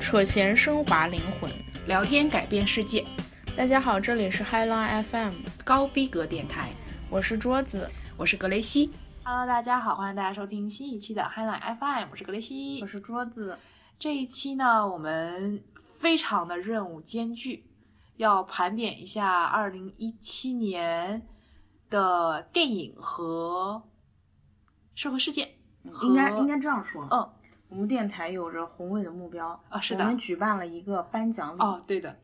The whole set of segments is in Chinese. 扯闲升华灵魂。聊天改变世界，大家好，这里是 High Line FM，高逼格电台，我是桌子。我是格雷西。 Hello，大家好，欢迎大家收听新一期的 Highline FM，我是格雷西我。是桌子，这一期呢，我们非常的任务艰巨，要盘点一下2017年的电影和社会事件。应该和应该这样说，嗯，我们电台有着宏哦伟的目标啊是我的们举办了一个颁奖礼，哦，对的，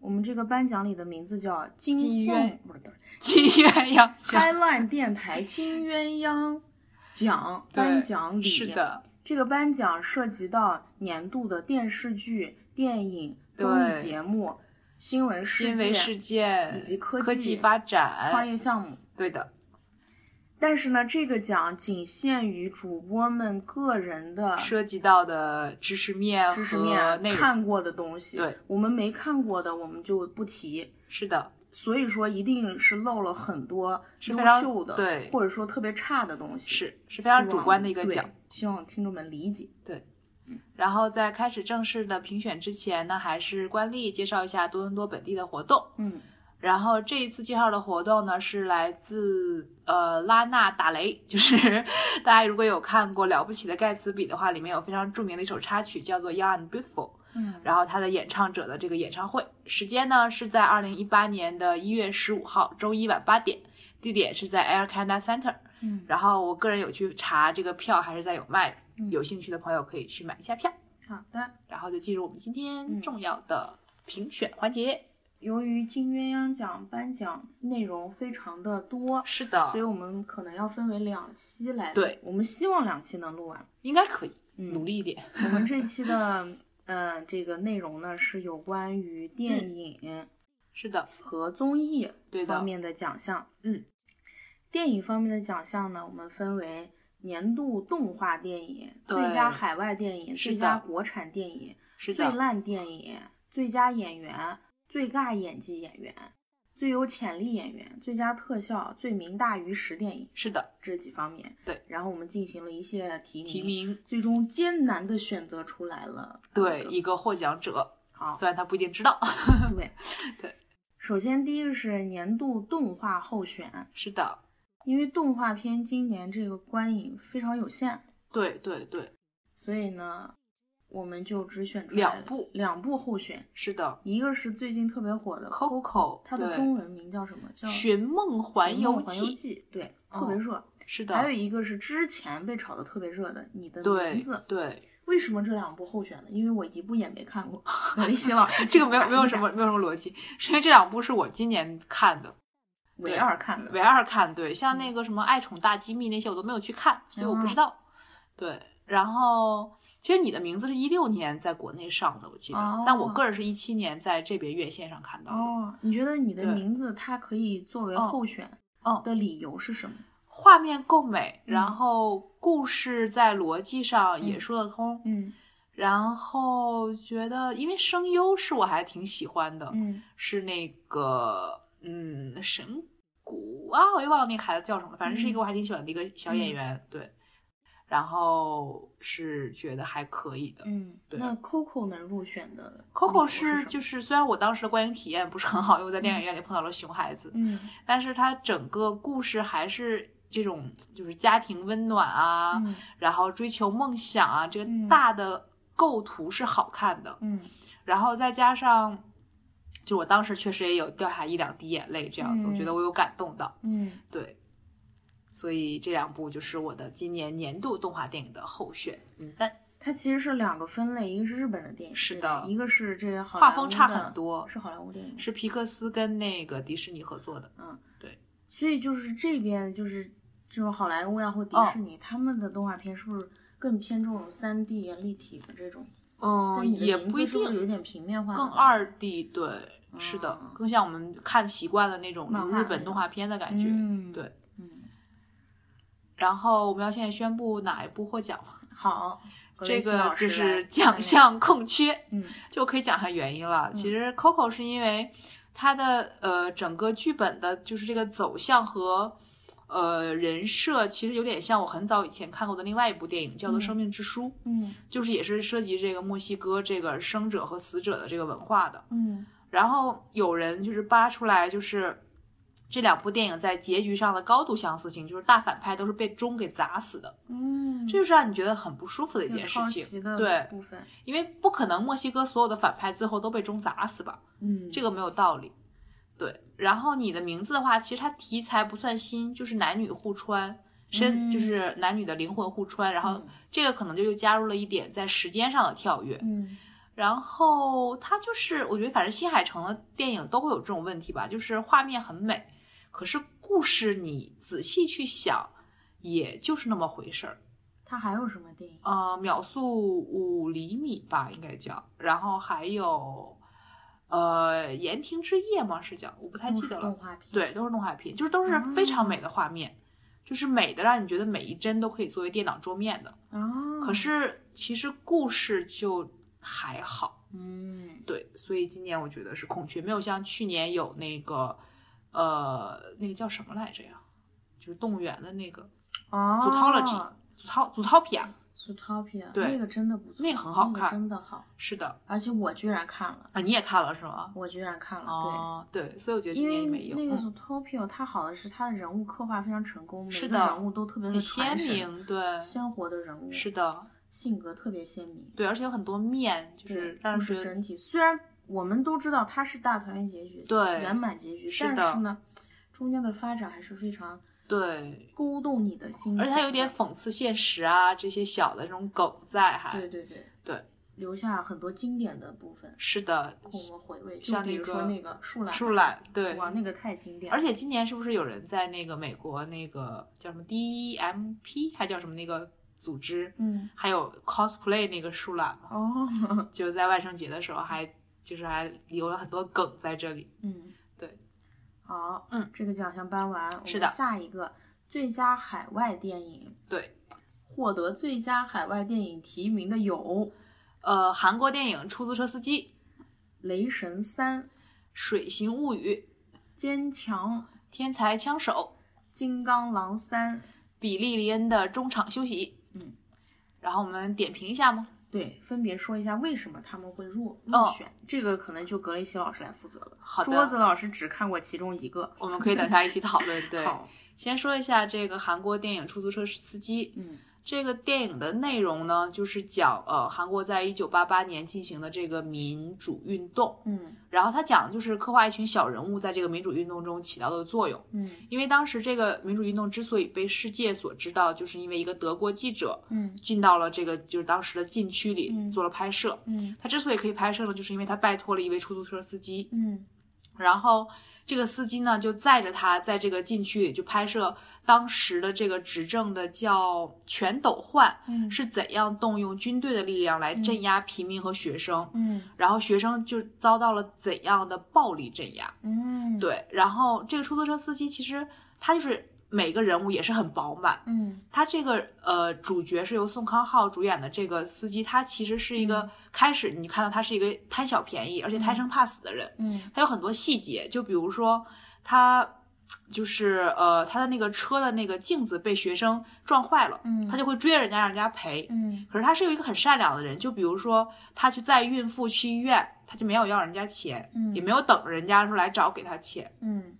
我们这个颁奖礼的名字叫金金凤鸳不是不是金鸳鸯 奖。 High Line 电 台金鸳鸯奖对颁奖礼，是的，这个颁奖涉及到年度的电视剧、电影、对综艺节目、新闻事因为件、事件以及科技科发创展，业项目。对的，但是呢，这个奖仅限于主播们个人的涉及到的知识面知识和面内容，看过的东西，对，我们没看过的我们就不提。是的，所以说，一定是漏了很多是优非常秀的，对或者说特别差的东西，是是非常希主望观的一个对奖。希望听众们理解。然后在开始正式的评选之前呢，还是惯例介绍一下多伦多本地的活动。嗯，然后这一次介绍的活动呢，是来自呃拉娜打雷，就是 大家如果有看过《了不起的盖茨比》的话，里面有非常著名的一首插曲叫做《Young and Beautiful》。嗯，然后它的演唱者的这个演唱会时间呢是在二零一八年的一月十五号周一晚八点，地点是在 Air Canada Center。嗯，然后我个人有去查这个票还是在有卖的，有兴趣的朋友可以去买一下票。好的。然后就进入我们今天嗯重要的评选环节。由于金鸳鸯奖颁奖内容非常的多，是的所以我们可能要分为两期来录。对我们希望两期能录完。应该可以，嗯努力 一点。我们这期的呃这个内容呢是有关于电影是的，和综艺嗯对的方面的奖项。嗯，电影方面的奖项呢，我们分为年度动画电影、对最佳海外电影、是最的佳国产电影、是最的，烂电影、最佳演员、最尬演技演员、最有潜力演员、最佳特效、最名大于实电影是的，这几方面。对，然后我们进行了一系列的提名，提名最终艰难的选择出来了。啊对一个获奖者，好，虽然他不一定 知道。对 对。首先，第一个是年度动画候选，是的，因为动画片今年这个观影非常有限，对对对，所以呢，我们就只选出两来部两部候选，是的。一个是最近特别火的 Coco，它的对中文名叫什么？叫《 《寻梦环环游环游记》记》，对，哦特别热。是还有的，一个是之前被炒得特别热的《你的对名字》，对，为什么这两部候选呢？因为我一部也没看 过。葛一老师，这个没有请没有反映一什下么没有什么逻辑，是因为这两部是我今年看的，唯二看的唯。二看，对，嗯像那个什么《爱宠大机密》那些我都没有去看，所以我哦不知道。对，然后其实你的名字是一六年在国内上的，我记得，哦但我个人是一七年在这边院线上看到的。哦，你觉得你的对名字它可以作为候选哦的理由是什么？画面够美，嗯然后故事在逻辑上也嗯说得通，嗯然后觉得因为声优是我还挺喜欢的，嗯，是那个嗯神谷啊，我又忘了那个孩子叫什么了，反正是一嗯个我还挺喜欢的一个小演员，对。然后是觉得还可以的。嗯，对那 Coco 能入选的 Coco 是是什么就是虽然我当时的观影体验不是很好，因为我在电影院里碰到了熊孩子，嗯但是它整个故事还是这种就是家庭温暖啊，嗯然后追求梦想啊，这个嗯大的构图是好看的。嗯然后再加上，就我当时确实也有掉下一两滴眼泪，这样子，嗯我觉得我有感动到，嗯，对。所以这两部就是我的今年年度动画电影的候选名单，它其实是两个分类，一个是日本的电影，是对吧的一个是这好画莱风坞差的很多，是好莱坞电影吗，是皮克斯跟那个迪士尼合作的，所以就是这边就是这种好莱坞呀哦或迪士尼，他们的动画片是不是更偏重三 D 呀立体的这种？嗯但，你的也名不字一是是定，有点平面化，更。二 D，对，是的嗯，更像我们看习惯了那种漫画日那本种动画片的感觉。嗯，对，嗯，然后我们要现在宣布哪一部获奖吗？好，格这雷西个老就师是来奖，项空缺，嗯就可以讲一下原因了。其实 Coco 是因为它的呃整个剧本的，就是这个走向和呃人设，其实有点像我很早以前看过的另外一部电影，叫做《生命之书》，嗯就是也是涉及这个墨西哥这个生者和死者的这个文化的。嗯然后有人就是扒出来，就是这两部电影在结局上的高度相似性，就是大反派都是被钟给砸死的，嗯，这就是让你觉得很不舒服的一有件事抄袭情。的对，部分，因为不可能墨西哥所有的反派最后都被钟砸死吧？嗯，这个没有道理。对，然后你的名字的话，其实它题材不算新，就是男女互穿，嗯身、就是男女的灵魂互穿，然后这个可能就又加入了一点在时间上的跳跃。嗯然后它就是，我觉得反正新海诚的电影都会有这种问题吧，就是画面很美，可是故事你仔细去想，也就是那么回事儿。他还有什么电影？呃，秒速五厘米吧，应该叫。然后还有，呃，言庭之夜吗？是叫？我不太都记嗯是得了动。画哦片，，对，都是动画片，就是都是非常美的画面，就是美的让你觉得每一帧都可以作为电脑桌面的。啊，可是其实故事就还好，嗯，对，所以今年我觉得是空缺，没有像去年有那个，呃，那个叫什么来着呀？就是动物园的那个哦 Zootology 祖涛祖涛皮啊， Zootopia，对那个真的不错，那个很好那看个真的好，是的而且我居然看了，啊，你也看了是吗？我居然看了，哦，对，所以我觉得对，今因年为没有，那个嗯 Zootopia 它好的是它的人物刻画非常成功，每是个的人物都特别的很鲜传神、明，对，鲜活的人物，是的，性格特别鲜明，对，而且有很多面，就是对，让故事人觉得整体虽然我们都知道它是大团圆结局，对圆满结局，是的但是呢，中间的发展还是非常对，勾动你的心，而且它有点。讽刺现实啊，这些小的这种梗在还，对对对对，留下很多经典的部分是的，供我们回味，就像比那如个说那个树懒，树懒，对，哇，那个太经典了，而且今年是不是有人在那个美国那个叫什么 DMP 还叫什么那个组织，嗯，还有 cosplay 那个树懒嘛，哦，就在万圣节的时候还就是还留了很多梗在这里。嗯，对，好，嗯，这个奖项颁完，我们是的下一个最佳海外电影，对，获得最佳海外电影提名的有《呃，韩国电影《出租车司机》《雷神三》《水形物语》坚强》《 《天才枪手》金刚狼三》。比利·林恩的中场休息。嗯，然后我们点评一下吗？对，分别说一下为什么他们会入入哦选，这个可能就格雷西老师来负责了。好的，桌子老师只看过其中一个。我们可以等下一起讨论。对，好，先说一下这个韩国电影《出租车司机》。嗯这个电影的内容呢，就是讲呃韩国在一九八八年进行的这个民主运动，嗯然后它讲的就是刻画一群小人物在这个民主运动中起到的作用。嗯因为当时这个民主运动之所以被世界所知道，就是因为一个德国记者嗯进到了这个就是当时的禁区里嗯做了拍摄。嗯他之所以可以拍摄呢，就是因为他拜托了一位出租车司机，嗯然后这个司机呢就载着他在这个禁区里就拍摄当时的这个执政的叫全斗焕。嗯是怎样动用军队的力量来镇压平民和学生，嗯然后学生就遭到了怎样的暴力镇压。嗯，对，然后这个出租车司机其实他就是每个人物也是很饱满。嗯他这个呃主角是由宋康昊主演的这个司机，他其实是一嗯个、开始你看到他是一个贪小便宜而且贪生怕死的人，嗯他有很多细节，就比如说他。就是呃，他的那个车的那个镜子被学生撞坏了，嗯他就会追着人家，让人家赔，嗯可是他是有一个很善良的人，就比如说他去载孕妇去医院，他就没有要人家钱，嗯也没有等人家说来找给他钱。嗯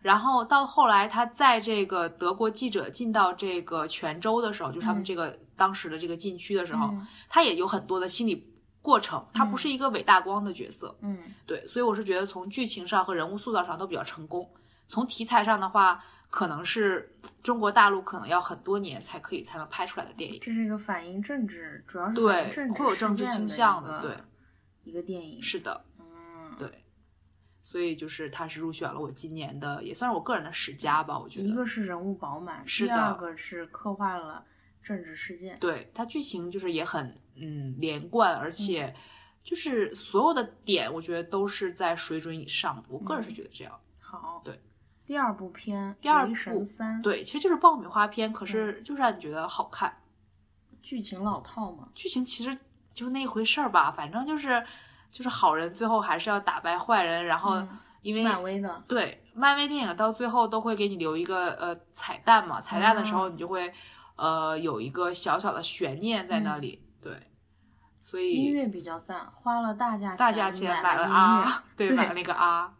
然后到后来，他在这个德国记者进到这个泉州的时候，就是他们嗯这个当时的这个禁区的时候，嗯他也有很多的心理过程，他不是一个伟大光的角色，嗯对，所以我是觉得从剧情上和人物塑造上都比较成功。从题材上的话，可能是中国大陆可能要很多年才可以才能拍出来的电影。这是一个反映政治，主要是反对映政，治会有政事治件倾向的的，一个，一对个电影。是的，嗯，对，所以就是他是入选了我今年的，也算是我个人的十佳吧，我觉一得。个是人物饱满，是第二的个是刻画了政治事件。对它剧情就是也很嗯连贯，而且就是所有的点，我觉得都是在水准以上的。我个人是觉得这样。好，对，第二部片《第二雷神部三》，对，其实就是爆米花片，可是就让你觉得好看。剧情老套嘛，剧情其实就那一回事儿吧，反正就是就是好人最后还是要打败坏人，然后嗯一哦因为漫威的，对，漫威电影到最后都会给你留一个呃彩蛋嘛，彩蛋的时候你就会、呃有一个小小的悬念在那里，对，所音以乐比较赞，花了大价钱大价钱买了音乐， 啊，对，对买了那个啊，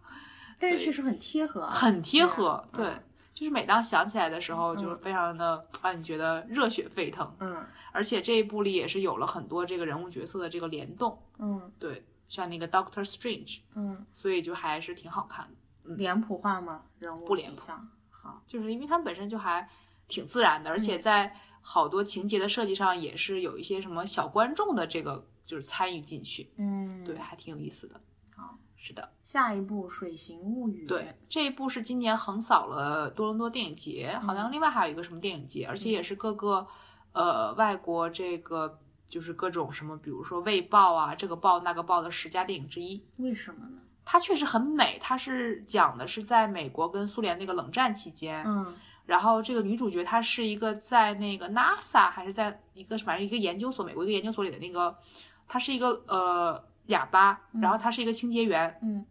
但是所以确实很贴合啊， 很贴合，对对嗯啊，就是每当想起来的时候，嗯就是非常的让你觉得热血沸腾，嗯而且这一部里也是有了很多这个人物角色的这个联动，嗯对，像那个 Doctor Strange，嗯，所以就还是挺好看的，脸谱化吗？人嗯不物脸形象好，就是因为他们本身就还挺自然的，而且在好多情节的设计上也是有一些什么小观众的这个就是参与进去，嗯，对，。还挺有意思的。好，是的，下一部《水形物语》，对，这一部是今年横扫了多伦多电影节，好像另外还有一个什么电影节，而且也是各个呃外国这个就是各种什么，比如说《卫报》啊，这个报那个报的十佳电影之一。为什么呢？它确实很美，它是讲的是在美国跟苏联那个冷战期间，嗯然后这个女主角她是一个在那个 NASA 还是在一个反正一个研究所，美国一个研究所里的那个，她是一个呃哑巴，然后她是一个清洁员，嗯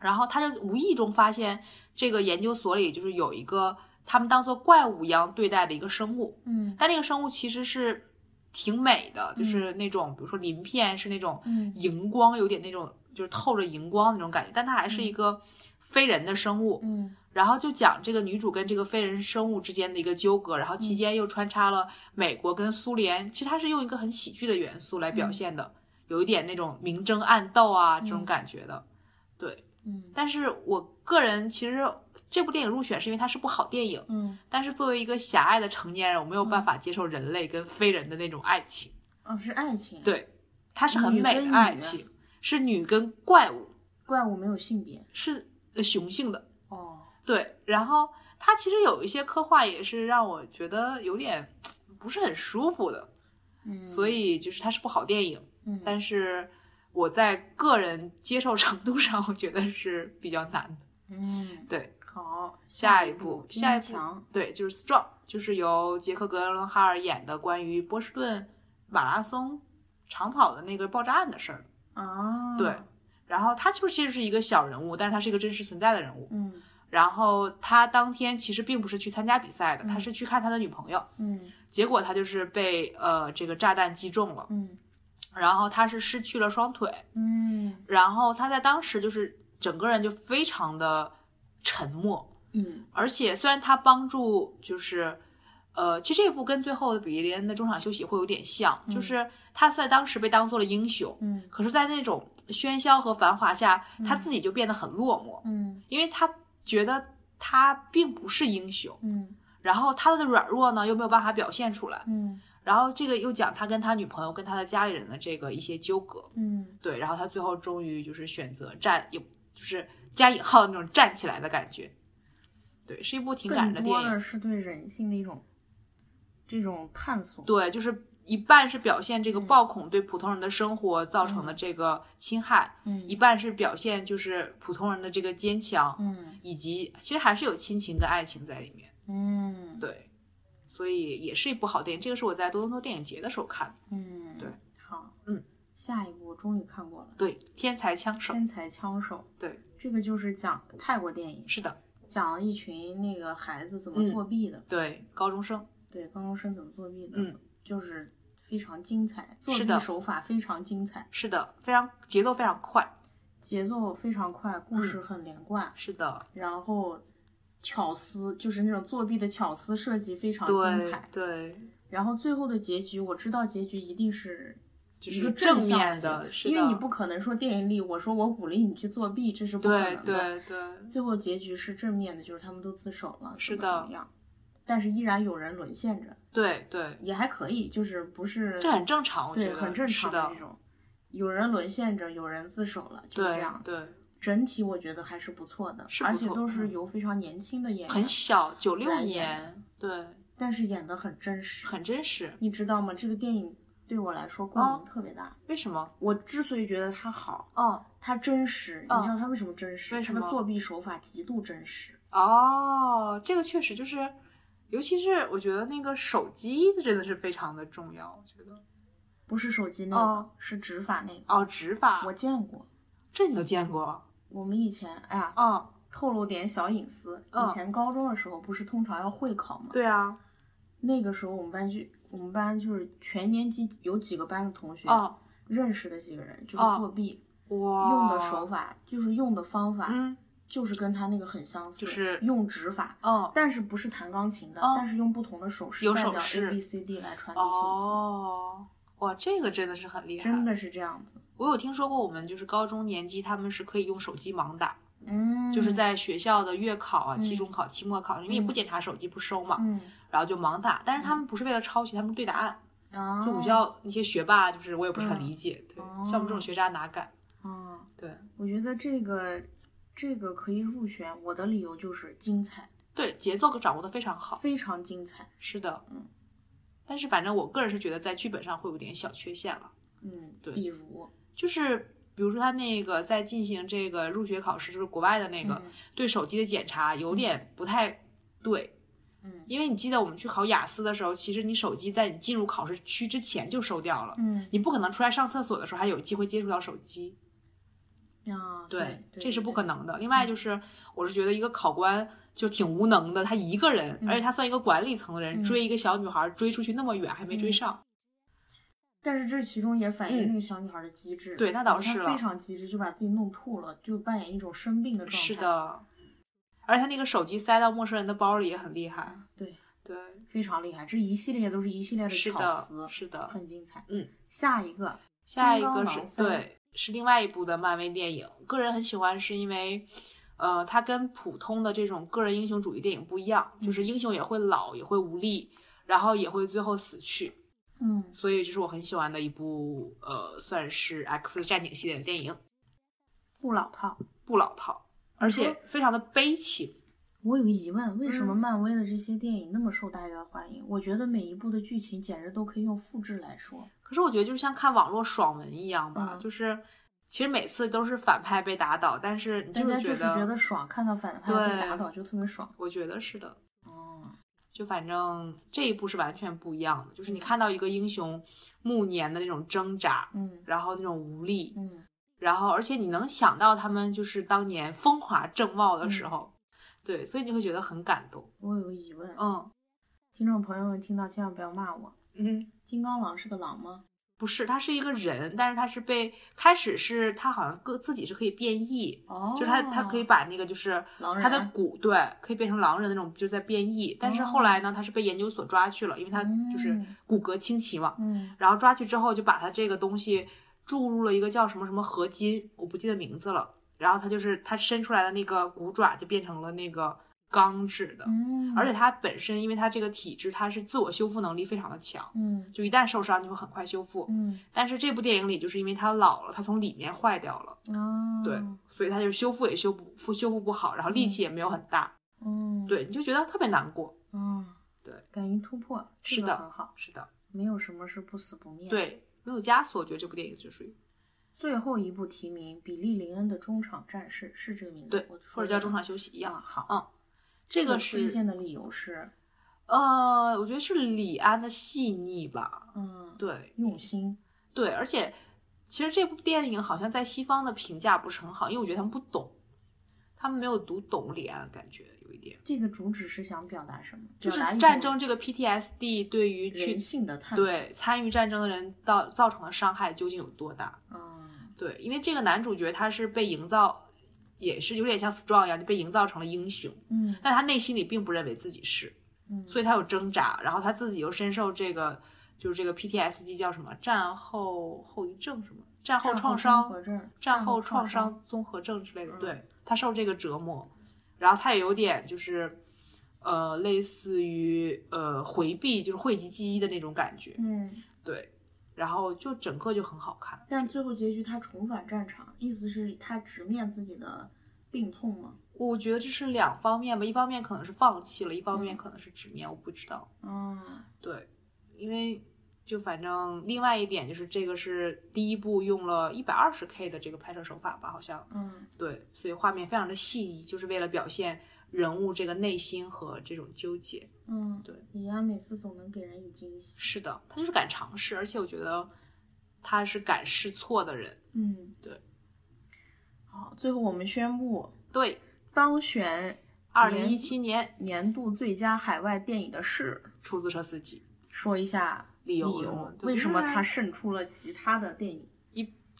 然后她就无意中发现这个研究所里就是有一个他们当做怪物一样对待的一个生物，嗯但那个生物其实是挺美的，就是那种、比如说鳞片是那种嗯荧光，有点那种就是透着荧光那种感觉，但它还是一个非人的生物，嗯然后就讲这个女主跟这个非人生物之间的一个纠葛，然后期间又穿插了美国跟苏联，其实它是用一个很喜剧的元素来表现的，有一点那种明争暗斗啊这种感觉的。嗯但是我个人其实这部电影入选是因为它是部好电影，嗯，但是作为一个狭隘的成年人，我没有办法接受人类跟非人的那种爱情，哦，是爱情，对它是很美的爱情，是女跟怪物，怪物没有性别，是呃雄性的。哦，对，然后它其实有一些刻画也是让我觉得有点不是很舒服的，嗯，所以就是它是部好电影，嗯，但是我在个人接受程度上，我觉得是比较难的。嗯，对，好，下一一步坚下一步强，对，就是 Strong，就是由杰克·格伦哈尔演的关于波士顿马拉松长跑的那个爆炸案的事儿。啊，对，然后他就其实是一个小人物，但是他是一个真实存在的人物。嗯然后他当天其实并不是去参加比赛的，他是去看他的女朋友。嗯结果他就是被呃这个炸弹击中了，嗯然后他是失去了双腿，嗯然后他在当时就是整个人就非常的沉默，嗯而且虽然他帮助就是。呃，其实这一部跟最后的比利恩的中场休息会有点像，就是他在当时被当做了英雄，嗯可是，在那种喧嚣和繁华下，他自己就变得很落寞，嗯因为他觉得他并不是英雄，嗯然后他的软弱呢又没有办法表现出来，嗯然后这个又讲他跟他女朋友、跟他的家里人的这个一些纠葛，嗯对，然后他最后终于就是选择站，也就是加引号的那种站起来的感觉，对，是一部挺感更人的多电影，的是对人性的一种这种探索，对，就是一半是表现这嗯个暴恐对普通人的生活造成的这个侵害，嗯一半是表现就是普通人的这个坚强，嗯以及其实还是有亲情跟爱情在里面，嗯对，所以也是一部好电影。这个是我在多伦多电影节的时候看的，嗯，对，好，嗯，下一部终于看过了，对，《天才枪《手》天才枪手》，对，这个就是讲泰国电影，是的，讲了一群那个孩子怎嗯么作弊的，对，高中生，对高中生怎么作弊的，嗯就是非常精彩，作是的弊手法非常精彩，是的，非常节奏非常快，节奏非常嗯快，故事很连贯，是的，然后巧思就是那种作弊的巧思设计非常精对彩，对，然后最后的结局我知道结局一定是。就一个是正向的面的，结是局，因为的你不可能说电影里我说我鼓励你去作弊，这是不可对能的。对对，最后结局是正面的，就是他们都自首了，是怎么的怎么样，但是依然有人沦陷着，对对，也还可以，就是不是这很正常，我觉对得很正常是的这，种，有人沦陷着，有人自首了，就是这对样。对，整体我觉得还是不错的，是不而且错嗯都是由非常年轻的演很员，小，九六来演年，对，但是演的很真实，很真实。你知道吗？这个电影对我来说共鸣哦特别大。为什么？我之所以觉得它好，哦它真实，哦你知道它为什么真实？为什么它的作弊手法极度真实。哦，这个确实就是，尤其是我觉得那个手机真的是非常的重要。我觉得不是手机那个，哦是执法那个，哦，指法我见过。这你都见过？我们以前，哎呀，嗯，透露点小隐私。嗯以前高中的时候，不是通常要会考吗？对啊，那个时候我们班就我们班就是全年级有几个班的同学、哦，认识的几个人，就是哦作弊、哇，用的手，法，就是用的方法，嗯，就是跟他那个很相似，就是用指法，哦，但是不是弹钢琴的，哦但是用不同的手势有代手表势 A B C D 来传递信息，哦，哇，这个真的是很厉害。真的是这样子。我有听说过，我们就是高中年级他们是可以用手机盲打，嗯，就是在学校的月考啊、嗯期中考、期末考，因为也不检查手机，不收嘛，嗯然后就盲打。但是他们不是为了抄袭，他们是对答案。啊，就我们学校那些学霸，就是我也不是很理解，对，哦像我们这种学渣哪敢？啊，对我觉得这个这个可以入选，我的理由就是精彩，对，节奏掌握的非常好，非常精彩。是的，嗯。但是反正我个人是觉得在剧本上会有点小缺陷了，嗯，对比如就是比如说他那个在进行这个入学考试，就是国外的那个、嗯对手机的检查有点不太对。嗯，因为你记得我们去考雅思的时候，其实你手机在你进入考试区之前就收掉了，嗯你不可能出来上厕所的时候还有机会接触到手机。啊，对，对这是不可。对嗯能的。另外就是，我是觉得一个考官就挺无能的，他一个人，而且他算一个管理层的人，嗯追一个小女孩追出去那么远还没追上，但是这其中也反映嗯那个小女孩的机智，对那倒是她了非常机智，就把自己弄吐了，就扮演一种生病的状态。是，的。而且他那个手机塞到陌生人的包里也很厉害，对，对，非常厉害。这一系列都是一系列是巧的思，，是的。很精彩。嗯，下一个，下一金刚个狼是三对，是另外一部的漫威电影，个人很喜欢，是因为，呃，它跟普通的这种个人英雄主义电影不一样，就是嗯英雄也会老，也会无力，然后也会最后死去，嗯，所以这是我很喜欢的一部，呃，算是 X 战警系列的电影，不老套。不老套，而且说非常的悲情。我有个疑问，为什嗯么漫威的这些电影那么受大家欢迎？我觉得每一部的剧情简直都可以用复制来说。可是我觉得就是像看网络爽文一样吧，嗯就是其实每次都是反派被打倒，但是你大就是家觉就是觉得爽，看到反派对被打倒就特别爽。我觉得是的。哦，就反正这一部是完全不一样的，就是你看到一个英雄暮年的那种挣扎，嗯然后那种无力，嗯，然后而且你能想到他们就是当年风华正茂的嗯时候，对，所以你会觉得很感动。我有个疑问，嗯听众朋友们听到千万不要骂我。嗯，金刚狼是个狼吗？不是，他是一个人，但是他是被开始是他好像个自己是可以变异。哦，就是他，他可以把那个就是狼人他的骨对可以变成狼人的那种，就是在变异。但是后来呢，他是被研究所抓去了，因为他就是哦嗯骨骼清奇嘛。嗯然后抓去之后就把他这个东西注入了一个叫什么什么合金，我不记得名字了。然后他就是他伸出来的那个骨爪就变成了那个钢制的，嗯，而且他本身因为他这个体质，他是自我修复能力非常的强，嗯就一旦受伤就会很快修复。嗯但是这部电影里就是因为他老了，他从里面坏掉了，啊，对，所以他就修复也修不复修复不好，然后力气也没有很大，嗯对，你就觉得特别难过。嗯对，敢于突破，是这个的很好，是的，没有什么是不死不灭。，对，没有枷锁，我觉得这部电影就属于最后一部提名比利林恩的中场战士是这个名字，对我，说或者叫的中场休息一啊样。好，嗯这这个是推荐的理由是，呃，我觉得是李安的细腻吧，嗯，对用心，对，而且其实这部电影好像在西方的评价不是很好，因为我觉得他们不懂，他们没有读懂李安，感觉有一点，这个主旨是想表达什么？就是表达一战种争这个 PTSD 对于去人性的探索。，对参与战争的人到造成的伤害究竟有多大？嗯对，因为这个男主角他是被营造，也是有点像 Strong 一样，就被营造成了英雄，嗯但他内心里并不认为自己是。嗯，所以他有挣扎，然后他自己又深受这个就是这个 PTSD 叫什么战后后遗症什么战后创综伤合症战后创创伤综合症之类的，嗯对他受这个折磨，然后他也有点就是呃类似于呃回避就是讳疾忌医的那种感觉，嗯，对，然后就整个就很好看，但最后结局他重返战场，意思是他直面自己的病痛吗？我觉得这是两方面吧，一方面可能是放弃了，一方嗯面可能是直面，我不知道。嗯对，因为就反正另外一点就是这个是第一部用了一百二十 K 的这个拍摄手法吧，好像嗯对，所以画面非常的细腻，就是为了表现人物这个内心和这种纠结。嗯，对，李安每次总能给人以惊喜。是的，他就是敢尝试，而且我觉得他是敢试错的人。嗯，对。好，最后我们宣布对，当选二零一七年年度最佳海外电影的是，出租车司机说一下理理由由，对为什么因它胜出了其他的电影？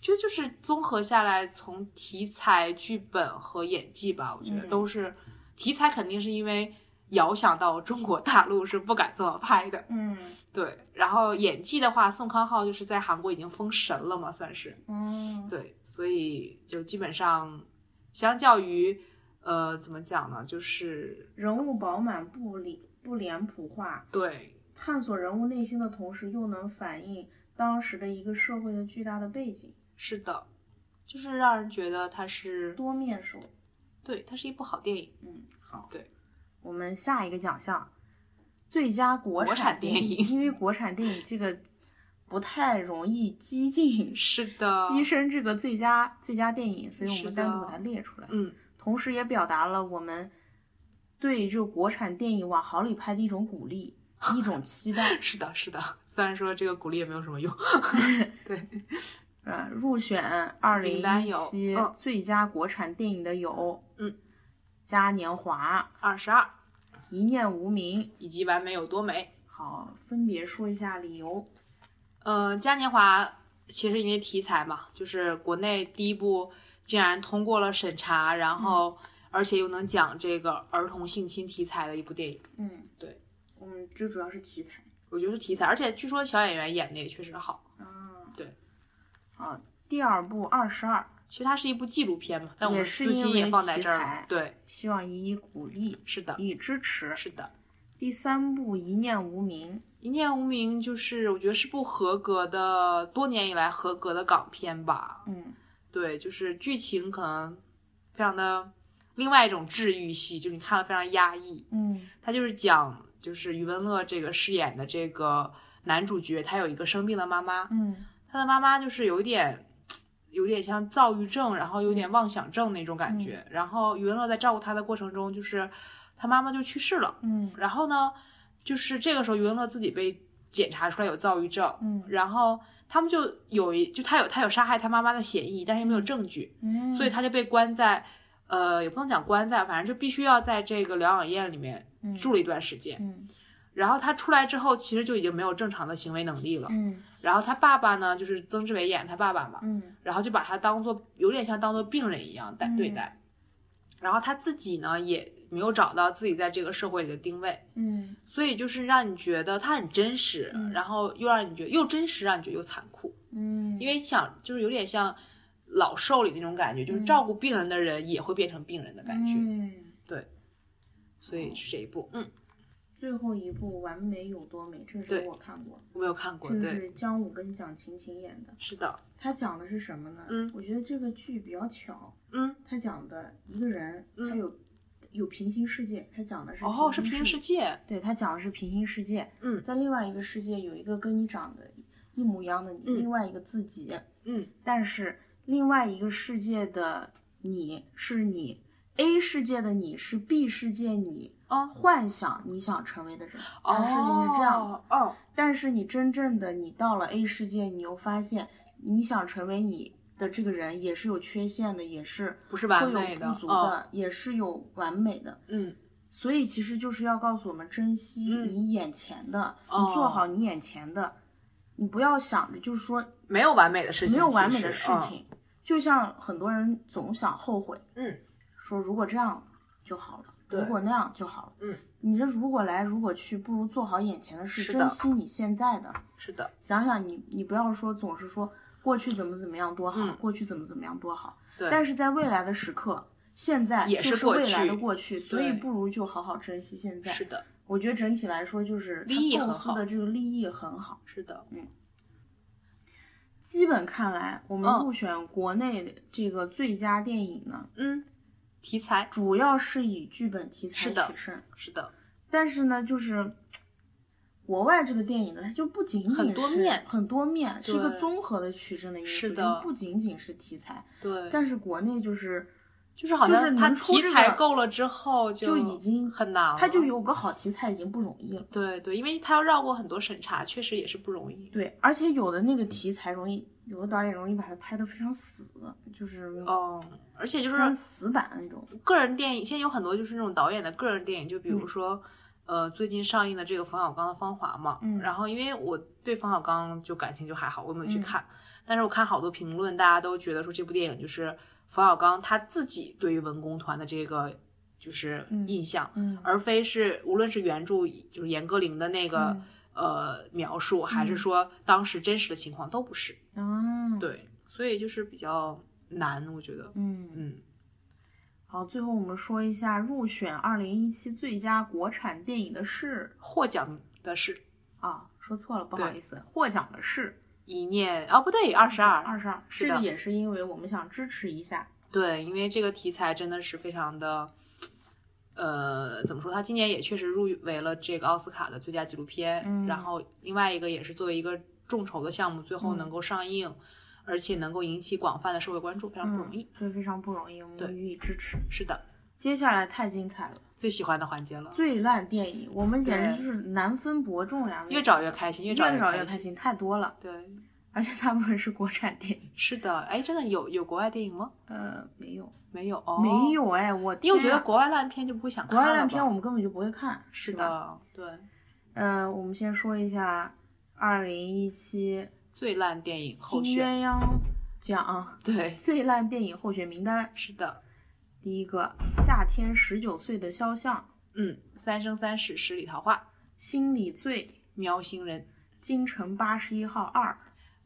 这就是综合下来，从题材、剧本和演技吧，我觉得嗯都是、题材肯定是因为遥想到中国大陆是不敢这么拍的，嗯对。然后演技的话，宋康昊就是在韩国已经封神了嘛，算是嗯，对，所以就基本上相较于呃怎么讲呢，就是人物饱满不理不脸谱化，对探索人物内心的同时，又能反映当时的一个社会的巨大的背景，是的，就是让人觉得它是多面手。对，它是一部好电影，嗯，好，对，我们下一个奖项，最佳国国产电电影因为国产电影这个不太容易激进是的，跻身这个最佳最佳电影，所以我是们的单独把它列出来，嗯，。同时也表达了我们对这个国产电影往好里拍的一种鼓励，一种期待是的，是的，虽然说这个鼓励也没有什么用，对，嗯，入选二零名单一有七嗯最佳国产电影的有，嗯，嘉年华、二十二一念无名。以及完美有多美。好，分别说一下理由。呃，嘉年华其实因为题材嘛，就是国内第一部竟然通过了审查，然后、嗯而且又能讲这个儿童性侵题材的一部电影，嗯，对，我们这主要是题材。我觉得是题材，而且据说小演员演的也确实好。啊，嗯对。啊，第二部二十二，其实它是一部纪录片嘛，但我也们是私心因为也放在这题儿了材。对，希望予以鼓励，是的，予以支持。是的。第三部一念无名，一念无名就是我觉得是部合格的，多年以来合格的港片吧。嗯，对，就是剧情可能非常的另外一种治愈系，就你看了非常压抑。嗯它就是讲就是余文乐这个饰演的这个男主角，他有一个生病的妈妈，嗯他的妈妈就是有一点有点像躁郁症，然后嗯有点妄想症那种感觉。然后余文乐在照顾他的过程中，就是他妈妈就去世了。嗯然后呢，就是这个时候余文乐自己被检查出来有躁郁症，嗯然后他们就有一就他有他有杀害他妈妈的嫌疑，但是没有证据，嗯，所以他就被关在，呃，也不能讲关在，反正就必须要在这个疗养院里面住了一段时间。嗯然后他出来之后，其实就已经没有正常的行为能力了。嗯然后他爸爸呢，就是曾志伟演他爸爸嘛，嗯然后就把他当做有点像当做病人一样待对嗯待。然后他自己呢，也没有找到自己在这个社会里的定位。嗯所以就是让你觉得它很真实，然后又让你觉得又真实，让你觉得又残酷，嗯，因为想就是有点像老兽里那种感觉，就是照顾病人的人也会变成病人的感觉，嗯，所以是这一部，嗯，最后一部《完美有多美》，这对是我看过，我没有看过，这对，是姜武跟蒋勤勤演的。是的，他讲的是什么呢？嗯，我觉得这个剧比较巧。嗯，他讲的一个人，嗯他有有平行世界，他讲的是哦，是平平行行世界，对他讲的是平行世界，嗯在另外一个世界有一个跟你长得一模一样的你，嗯另外一个自己，嗯，但是另外一个世界的你是你，A 世界的你是 B 世界你，哦幻想你想成为的人，哦，但事情嗯是这样子，哦，但是你真正的你到了 A 世界，你又发现你想成为你的这个人也是有缺陷的，也是不是完会美有的不，足哦，的，也是有完美的。嗯，所以其实就是要告诉我们，珍惜嗯你眼前的，哦你做好你眼前的，你不要想着就是说没有完美的事情，没有完美其实哦的事，情。就像很多人总想后悔，嗯，说如果这样就好了，对如果那样就好了，嗯，你这如果来如果去，不如做好眼前的是事，的珍惜你现在的。嗯是的，想想你，你不要说总是说过去怎么怎么样多好，嗯过去怎么怎么样多好，对但是在未来的时刻，现在也就是过未来的去过去，所以对不如就好好珍惜现在。是的，我觉得整体来说就是它利益构很思好的这个立意很好。是的，基本看来，我们嗯入选国内的这个最佳电影呢，嗯，题材主要是以剧本题材是的取胜。是的，但是呢，就是国外这个电影呢，它就不仅仅是很多面很多面是个对综合的取胜的因素，是的就不仅仅是题材。对。但是国内就是就是好就是像能它出题这材个够了之后就就已经很难了，它就有个好题材已经不容易了。对对，因为它要绕过很多审查，确实也是不容易。对，而且有的那个题材容易有的导演容易把它拍得非常死，就是嗯，而且就非常是死板那种。个人电影，现在有很多就是那种导演的个人电影，就嗯比如说，呃，最近上映的这个冯小刚的《芳华》嘛，嗯然后因为我对冯小刚就感情就还好，我没有去看，但是我看好多评论，大家都觉得说这部电影就是冯小刚他自己对于文工团的这个就是印象，嗯而非是无论是原著就是严歌苓的那个、嗯呃描述，还是说当时真实的情况，都不是。嗯，对，所以就是比较难，我觉得。嗯嗯，好，最后我们说一下入选二零一七最佳国产电影的是获奖的是啊，说错了，不好对意思，获奖的是一念啊，不对，二十二。二十二，是这的个也是因为我们想支持一下，对，因为这个题材真的是非常的，呃，怎么说？他今年也确实入围了这个奥斯卡的最佳纪录片，嗯然后另外一个也是作为一个众筹的项目，最嗯后能够上映，而且能够引起广泛的社会关注，非常不容易。对，非常不容易，我对们予以支持。是的，接下来太精彩了，最喜欢的环节了，最烂电影，我们简直就是难分伯仲呀，越找越开心，越找越开找心。越开心，太多了，对，而且大部分是国产电影，是的，哎，真的有有国外电影吗？呃，没有，没有，哦、没。有哎，我因天为啊，我觉得国外烂片就不会想国看了吧外烂片我们根本就不会看，是吧。的，对，呃，我们先说一下二零一七最烂电影候金选，鸳鸯奖对，最烂电影候选名单。是的，第一个，《夏天十九岁的肖像》，《嗯，《三生三世十里桃花》《心理罪》，《喵星人》《京城八十一号二》，《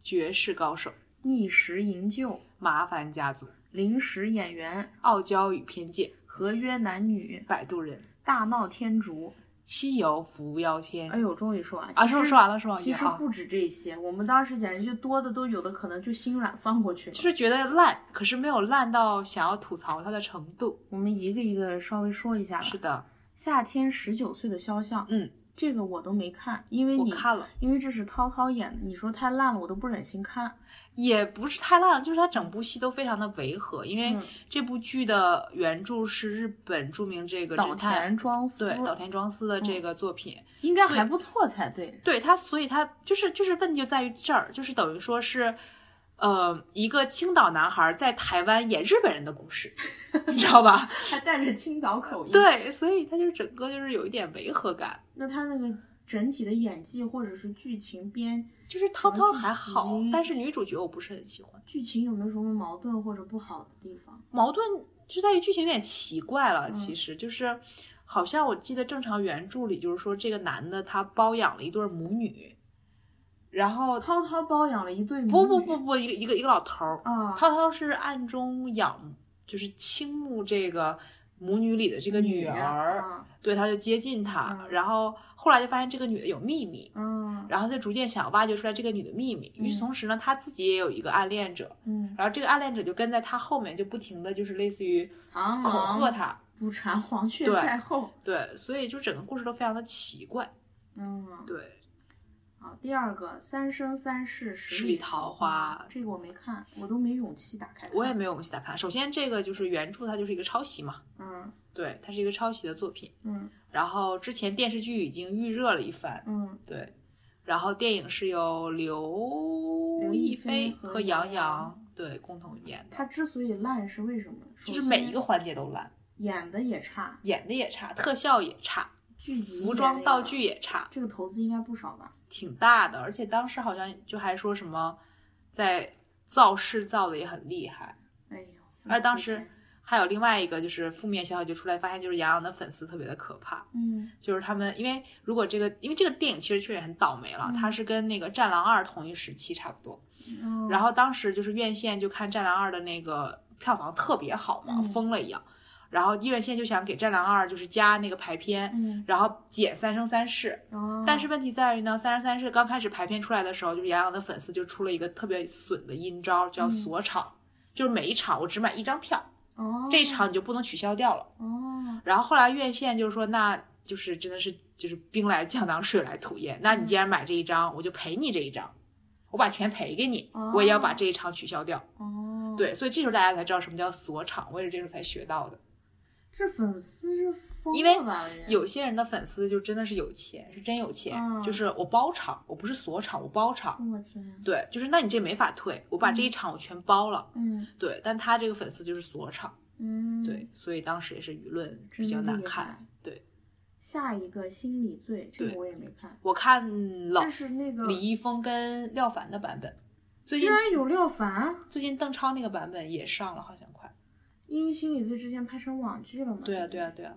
绝世高手》《逆时营救》，《麻烦家族》《临时演员》，《傲娇与偏见》合约男女》，《摆渡人》《《大闹天竺西游伏妖》。天哎》呦，终于说完啊，其是不实是说完了啊是吗？其也实好不止这些，我们当时简直就多的都有的可能就心软放过去了就。是觉得烂，可是没有烂到想要吐槽它的程度。我们一个一个稍微说一下吧。是的，夏天十九岁的肖像，嗯，这个我都没看，因为我你看了，因为这是涛涛演的，你说太烂了，我都不忍心看。也不是太烂，就是它整部戏都非常的违和，因为嗯这部剧的原著是日本著名这个岛侦探田庄司对嗯岛田庄司的这个作品，应该还不错才 对，对他，所以他就是就是问题就在于这儿，就是等于说是，呃，一个青岛男孩在台湾演日本人的故事，你知道吧？ 还带着青岛口音。，对，所以他就是整个就是有一点违和感，那他那个整体的演技或者是剧情编就是涛涛还好嗯，但是女主角我不是很喜欢，剧情有没有什么矛盾或者不好的地方？矛盾就在于剧情有点奇怪了，嗯其实就是。好像我记得正常原著里就是说，这个男的他包养了一对母女，然后涛涛包养了一对母不女不不不，一个一个一个老头儿，啊，涛涛是暗中仰，就是倾慕这个母女里的这个女儿，啊对，他就接近她，嗯然后后来就发现这个女的有秘密，嗯然后他就逐渐想挖掘出来这个女的秘密。与此同时呢，他自己也有一个暗恋者，嗯，然后这个暗恋者就跟在他后面，就不停的就是类似于螳恐吓螂他，捕蝉，黄雀对在后。对，所以就整个故事都非常的奇怪，嗯，对，好，第二个《三生三世十十里桃花这个我没看，我都没勇气打开看。我也没有勇气打看。首先，这个就是原著它就是一个抄袭嘛，嗯对，它是一个抄袭的作品。嗯然后之前电视剧已经预热了一番，嗯，对，然后电影是由刘刘亦亦菲菲和和杨杨洋对共同演的，他之所以烂是为什么？就是首先每一个环节都烂，演的也差，演的也差，特效也差，剧集服也装那道个具也差，这个投资应该不少吧？挺大的。而且当时好像就还说什么在造势造的也很厉害，哎呦，而当亏时钱还有另外一个就是负面消息就出来，发现就是杨洋的粉丝特别的可怕，嗯就是他们因为如果这个因为这个电影其实确实很倒霉了，它是跟那个《战狼二》同一时期差不多。嗯然后当时就是院线就看《战狼二》的那个票房特别好嘛，嗯疯了一样。然后院线就想给《战狼二》就是加那个排片，嗯，然后减《三生三世》。哦但是问题在于呢，《三生三世》刚开始排片出来的时候，就是杨洋的粉丝就出了一个特别损的阴招，叫嗯锁场，就是每一场我只买一张票，哦这一场你就不能取消掉了。哦然后后来院线就是说，那就是真的是就是兵来将挡，水来土掩。嗯那你既然买这一张，我就赔你这一张，我把钱赔给你，我也要把这一场取消掉。哦，对，所以这时候大家才知道什么叫锁场，我也是这时候才学到的。这粉丝是疯因为了吧？人有些人的粉丝就真的是有钱，是真有钱，嗯就是我包场，我不是锁场，我包场。我天啊呀，对，就是那你这没法退，我把这一场我全包了。嗯对，但他这个粉丝就是锁场，嗯，对，，所以当时也是舆论真比较难厉看。害对。下一个心理罪，这对个我也没看，我看了这是那个李易峰跟廖凡的版本，最居近然有廖凡，最近邓超那个版本也上了，好像快。因为心理罪之前拍成网剧了嘛？对啊，对啊，对啊，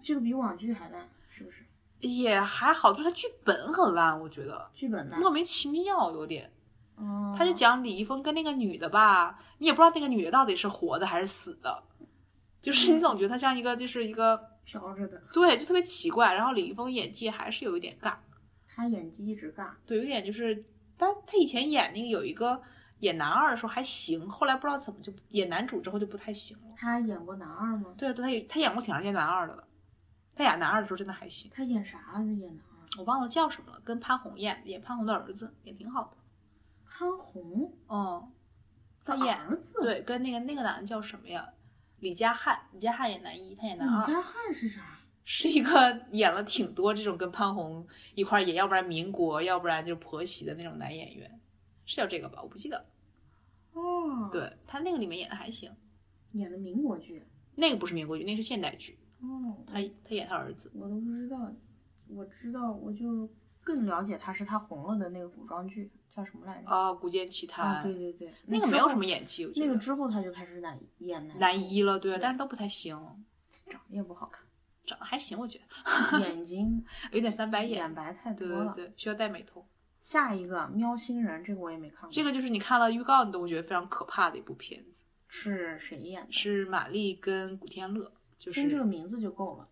这个比网剧还烂，是不是？也还好，就是他剧本很烂，我觉得剧本烂，莫名其妙有点。哦，他就讲李易峰跟那个女的吧，你也不知道那个女的到底是活的还是死的，就是你总觉得她像一个就是一个飘着的，对，就特别奇怪。然后李易峰演技还是有一点尬，他演技一直尬，对，有点就是，但他以前演那个有一个演男二的时候还行，后来不知道怎么就演男主之后就不太行了。他演过男二吗？对啊，对，他也他演过挺长时间男二的了，他演男二的时候真的还行，他演啥了？他演男二，我忘了叫什么了，跟潘虹演演潘虹的儿子也挺好的。潘虹嗯，他的演儿子，，对，跟那个那个男的叫什么呀？李佳翰，李佳翰演男一，他演李男二，佳翰是啥？是一个演了挺多这种跟潘虹一块儿演，要不然民国，要不然就是婆媳的那种男演员，是叫这个吧？我不记得。哦，，对他那个里面演的还行，演的民国剧，那个不是民国剧，那个是现代剧，哦，他他演他儿子。我都不知道，我知道，我就更了解他是他红了的那个古装剧叫什么来着？啊，《古剑奇啊，谭》对对对，那个之没有后什么演技，我觉那得个之后他就开始男演男男主一了，对，啊对但是都不太行，长得也不好看，长得还行，我觉得 眼睛有点三白眼，眼白太多对了对。对，需要戴美瞳。下一个喵星人，这个我也没看过，这个就是你看了预告，你都会觉得非常可怕的一部片子，是谁演的？是马丽跟古天乐，就听这是个名字就够了。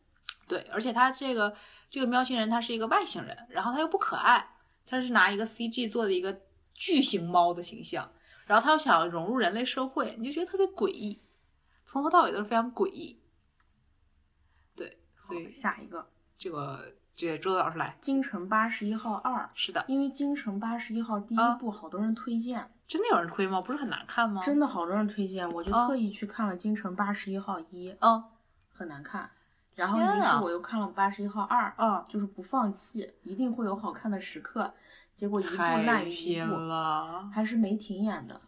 对，而且他这个这个喵星人他是一个外星人，然后他又不可爱，他是拿一个 CG 做的一个巨型猫的形象，然后他又想融入人类社会，你就觉得特别诡异，从头到尾都是非常诡异。对，所以好下一个这个这个周老师来，京城八十一号二，是的，因为京城八十一号第啊一部好多人推荐，真的有人推吗？不是很难看吗？真的好多人推荐，我就啊特意去看了京城八十一号一，嗯很难看。然后天啊于是我又看了八十一号二，嗯，就是不放弃，一定会有好看的时刻。结果一部太烂于一拼部，了，还是梅婷演的，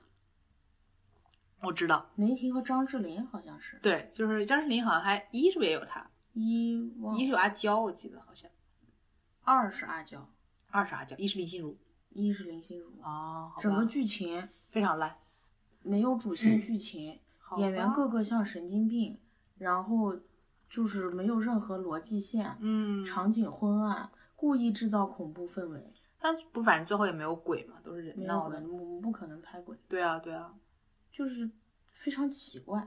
我知道。梅婷和张智霖好像是对，就是张智霖好像还一是不是也有他？一忘一是有阿娇，我记得好像二是阿娇，二是阿娇，一是林心如。一是林心如。哦，好整个吧，剧情非常烂。没有主线剧情， 好演员吧个个像神经病，然后就是没有任何逻辑线，嗯，场景昏暗，故意制造恐怖氛围。但不反正最后也没有鬼嘛，都是人没有闹鬼，的。我们不可能拍鬼，对啊，对啊，就是非常奇怪，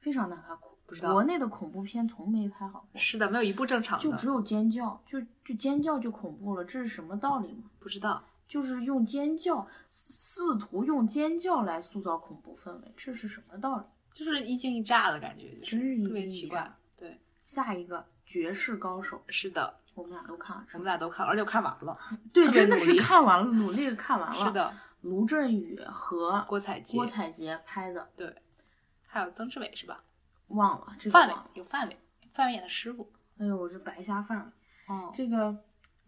非常难看。不知道国内的恐怖片从没拍好过，是的，没有一部正常就的。只有尖叫，就就尖叫就恐怖了，这是什么道理嘛？不知道，就是用尖叫，试图用尖叫来塑造恐怖氛围，这是什么道理？就是一惊一乍的感觉，就真是一特别惊一奇乍怪。对，下一个绝世高手，是的，我们俩都看了，是我吧们俩都看了，而且我看完 了。对，特别真的努是力看完了，努力地看完了。是，的，卢振雨和郭采洁郭，采洁拍的，还有曾志伟是吧？忘了这个范忘伟了。有范伟，范伟演的师傅。哎呦，我这白瞎范了。哦，这个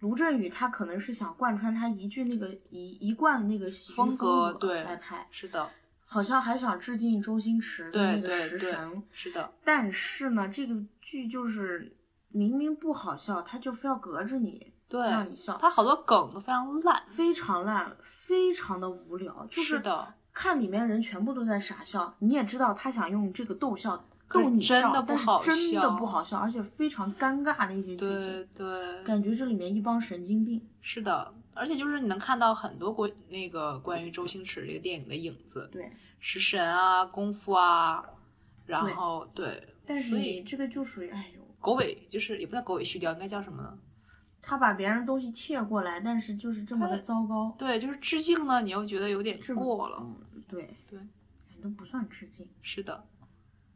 卢振雨他可能是想贯穿他一句那个一一贯的那个喜剧风格格对来拍， 是的，好像还想致敬周星驰的对那个对食对神。是的，但是呢，这个剧就是明明不好笑，他就非要隔着你对，让你笑，他好多梗都非常烂。非常烂，非常的无聊，就是是的，看里面人全部都在傻笑，你也知道他想用这个逗笑可是逗你真笑的，不但是好真的笑不好笑，而且非常尴尬的一些剧对情，对，感觉这里面一帮神经病。是的，而且就是你能看到很多关那个关于周星驰这个电影的影子，对，食神啊、功夫啊，然对后对，但是所你以这个就属于，哎呦，狗尾就是也不叫狗尾续貂，应该叫什么呢？他把别人东西窃过来，但是就是这么的他糟糕。对，就是致敬呢，你又觉得有点致过了。嗯，对对，哎都不算致敬。是的，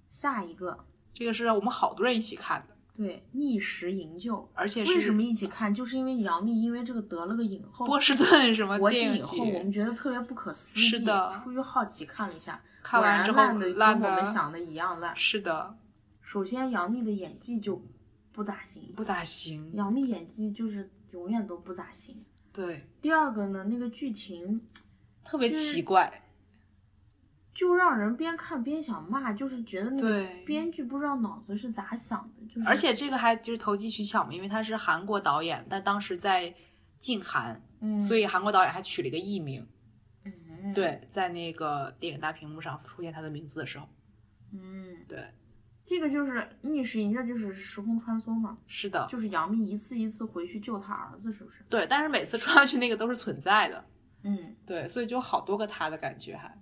下一个，这个是让我们好多人一起看的，对，逆时营救。而且是为什么一起看？就是因为杨幂因为这个得了个影后，波士顿什么国电际影影后，我剧？们觉得特别不可思议。是的出于好奇看了一下，看果完然之后烂的烂跟我的们想的一样烂。是的，首先杨幂的演技就不咋行，不咋行。杨幂演技就是永远都不咋行。对，第二个呢，那个剧情特别就是奇怪。就让人边看边想骂，就是觉得那个对，编剧不知道脑子是咋想的，就是而且这个还就是投机取巧嘛，因为他是韩国导演，但当时在禁韩，嗯，所以以韩国导演还取了一个艺名。嗯，对，在那个电影大屏幕上出现他的名字的时候，嗯，对，这个就是逆时人家就是时空穿梭嘛，是的，就是杨幂一次一次回去救她儿子，是不是？对。但是每次穿上去那个都是存在的，嗯，对，所以就好多个他的感觉还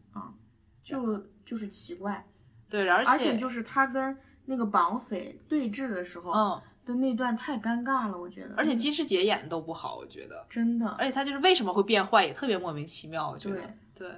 就就是奇怪，对，而且而且就是她跟那个绑匪对峙的时候嗯，的那段太尴尬了，我觉得，而且金世杰演的都不好，我觉得。真的而且他就是为什么会变坏也特别莫名其妙，我觉对得对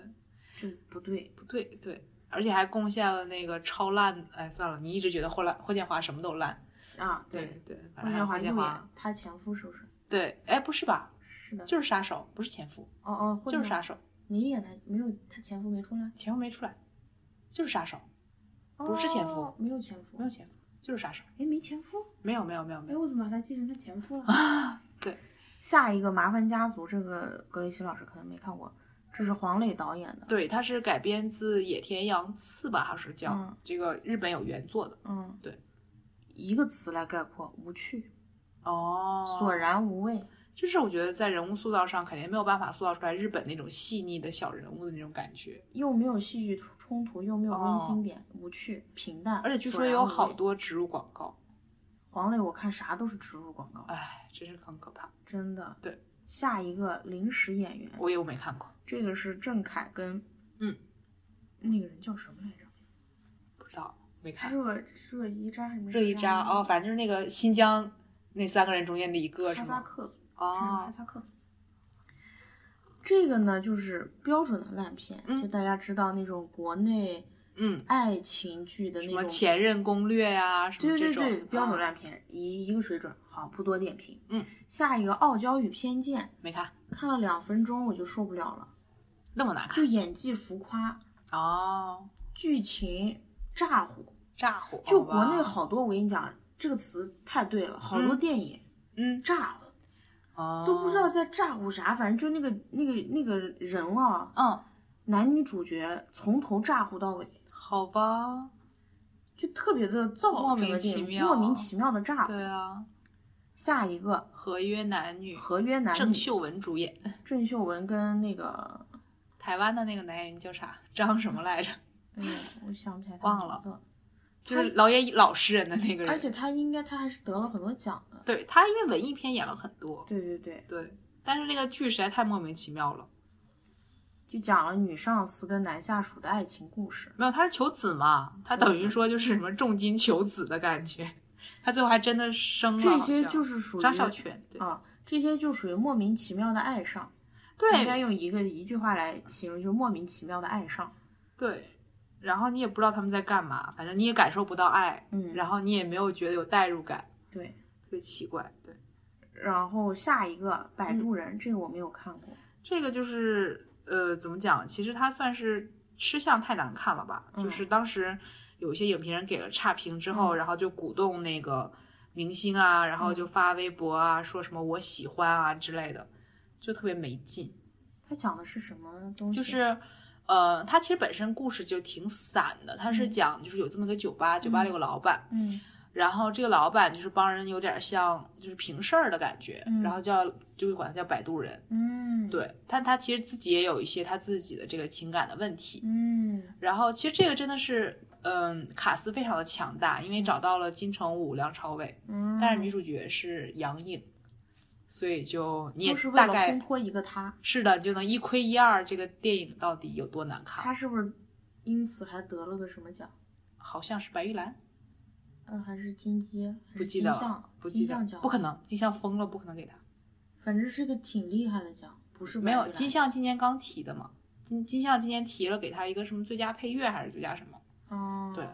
就不对，不对对，而且还贡献了那个超烂，哎算了，你一直觉得霍兰霍建华什么都烂，啊，对对，对，反霍正还建华有霍建又华，演她前夫是不是？对，哎不是吧，是的，就是杀手，不是前夫，哦哦，霍就是建华杀手，没演她没有她前夫没出来，前夫没出来，就是杀手，不是前夫哦没有前夫没，有前夫，就是杀手，哎，没前夫，没有没有没有没哎，有，我怎么把他记成他前夫了？啊对， 下一个《麻烦家族》，这个格雷西老师可能没看过，这是黄磊导演的。对，他是改编自野田洋次吧，好像是叫、嗯这个日本有原作的嗯，对，一个词来概括：无趣，哦索然无味。就是我觉得在人物塑造上肯定没有办法塑造出来日本那种细腻的小人物的那种感觉。又没有戏剧冲突，又没有温馨点，无趣平淡，哦而且据索说然有无味好多植入广告，黄磊，我看啥都是植入广告，哎，真是很可怕。真的。对，下一个临时演员，我也我没看过，这个是郑恺跟嗯，那个人叫什么来着？不知道没看。热热依扎还是热依扎哦，反正就是那个新疆那三个人中间的一个哈是萨吗？克族，哈哦，萨克族。这个呢，就是标准的烂片，就大家知道那种国内嗯，爱情剧的什么那种，前任攻略呀、什么对这对种对，标准啊烂片，一一个水准，好不多点评。嗯，下一个《傲娇与偏见没看，》，看了两分钟我就受不了了，那么难看就演技浮夸，哦，剧情炸糊，炸火就国内吧好多，我跟你讲，这个词太对了，好多嗯电影嗯炸糊。哦都不知道在咋呼啥，反正就那个那个那个人啊，嗯，男女主角从头咋呼到尾，好吧，就特别的燥，莫整个名其电影妙啊莫名其妙的咋呼。对啊，下一个合约男女，合约男郑女秀文主演，郑秀文跟那个，台湾的那个男演员叫啥？张什么来着？哎呦，我想不起来他忘了名字了。就是老演老实人的那个人，而且他应该他还是得了很多奖的。对他因为文艺片演了很多，对对对，对，但是那个剧实在太莫名其妙了。就讲了女上司跟男下属的爱情故事。没有，他是求子嘛，他等于说就是什么重金求子的感觉，他最后还真的生了。这些好像就是属于张孝全，对、啊，这些就属于莫名其妙的爱上。应该对用一个一句话来形容，就是莫名其妙的爱上。对，然后你也不知道他们在干嘛，反正你也感受不到爱，嗯然后你也没有觉得有代入感，对。特别奇怪。对，然后下一个《嗯摆渡人》，这个我没有看过。这个就是呃，怎么讲？其实它算是吃相太难看了吧？嗯就是当时有一些影评人给了差评之后，然后就鼓动那个明星啊，然嗯后就发微博啊，说什么我喜欢啊之类的，就特别没劲。它讲的是什么东西？啊就是。呃，它其实本身故事就挺散的，它是讲就是有这么个酒吧，酒吧里有个老板，嗯然后这个老板就是帮人有点像就是平事儿的感觉，然后叫就管他叫摆渡人，嗯对，但他其实自己也有一些他自己的这个情感的问题。嗯然后其实这个真的是，嗯，卡斯非常的强大，因为找到了金城武、梁朝伟，嗯，但是女主角是杨颖，所以就你也就是为大了烘概啊托一个他，是的，你就能一窥一二这个电影到底有多难看。他是不是因此还得了个什么奖？好像是白玉兰，嗯，还是金鸡？还不是记金得像了，不记金得像，奖不可能，金像疯了，不可能给他。反正是个挺厉害的奖，不是没有白玉，兰金像今年刚提的嘛，金金像今年提了给他一个什么最佳配乐还是最佳什么，哦，对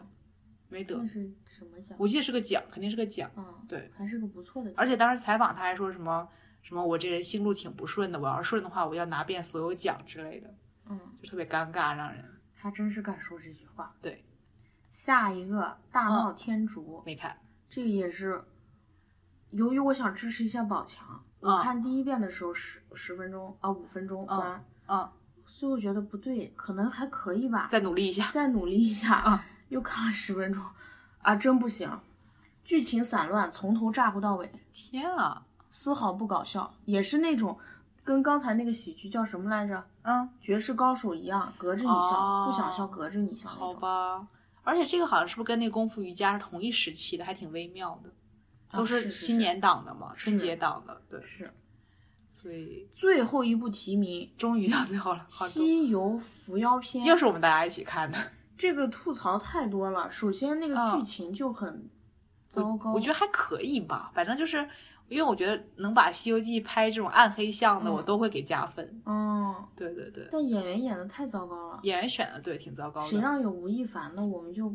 没得那，是什么奖？我记得是个奖，肯定是个奖。嗯，对，还是个不错的奖。而且当时采访他还说什么什么我这人心路挺不顺的，我要是顺的话，我要拿遍所有奖之类的，嗯，就特别尴尬，让人他真是敢说这句话。对，嗯下一个《大闹天竺》没看，这个也是，由于我想支持一下宝强，我嗯看第一遍的时候十十分钟啊五分钟嗯完，嗯，最后觉得不对，可能还可以吧，再努力一下。再努力一下啊！又看了十分钟，啊，真不行，剧情散乱，从头炸呼到尾，天啊，丝毫不搞笑，也是那种跟刚才那个喜剧叫什么来着，嗯， 《绝世高手》一样，隔着你笑，哦不想笑隔着你笑那好种。吧。而且这个好像是不是跟那功夫瑜伽是同一时期的，还挺微妙的，都啊是是是新年档的嘛，春是节档的，对，是所以最后一部提名终于到最后了， 《好久，西游伏妖篇又》，是我们大家一起看的，这个吐槽太多了。首先，那个嗯剧情就很糟糕，我觉得还可以吧，反正就是因为我觉得能把《西游记》拍这种暗黑向的，嗯我都会给加分。嗯，对对对，但演员演的太糟糕了。演员选的对，挺糟糕谁的，让有吴亦凡了，我们就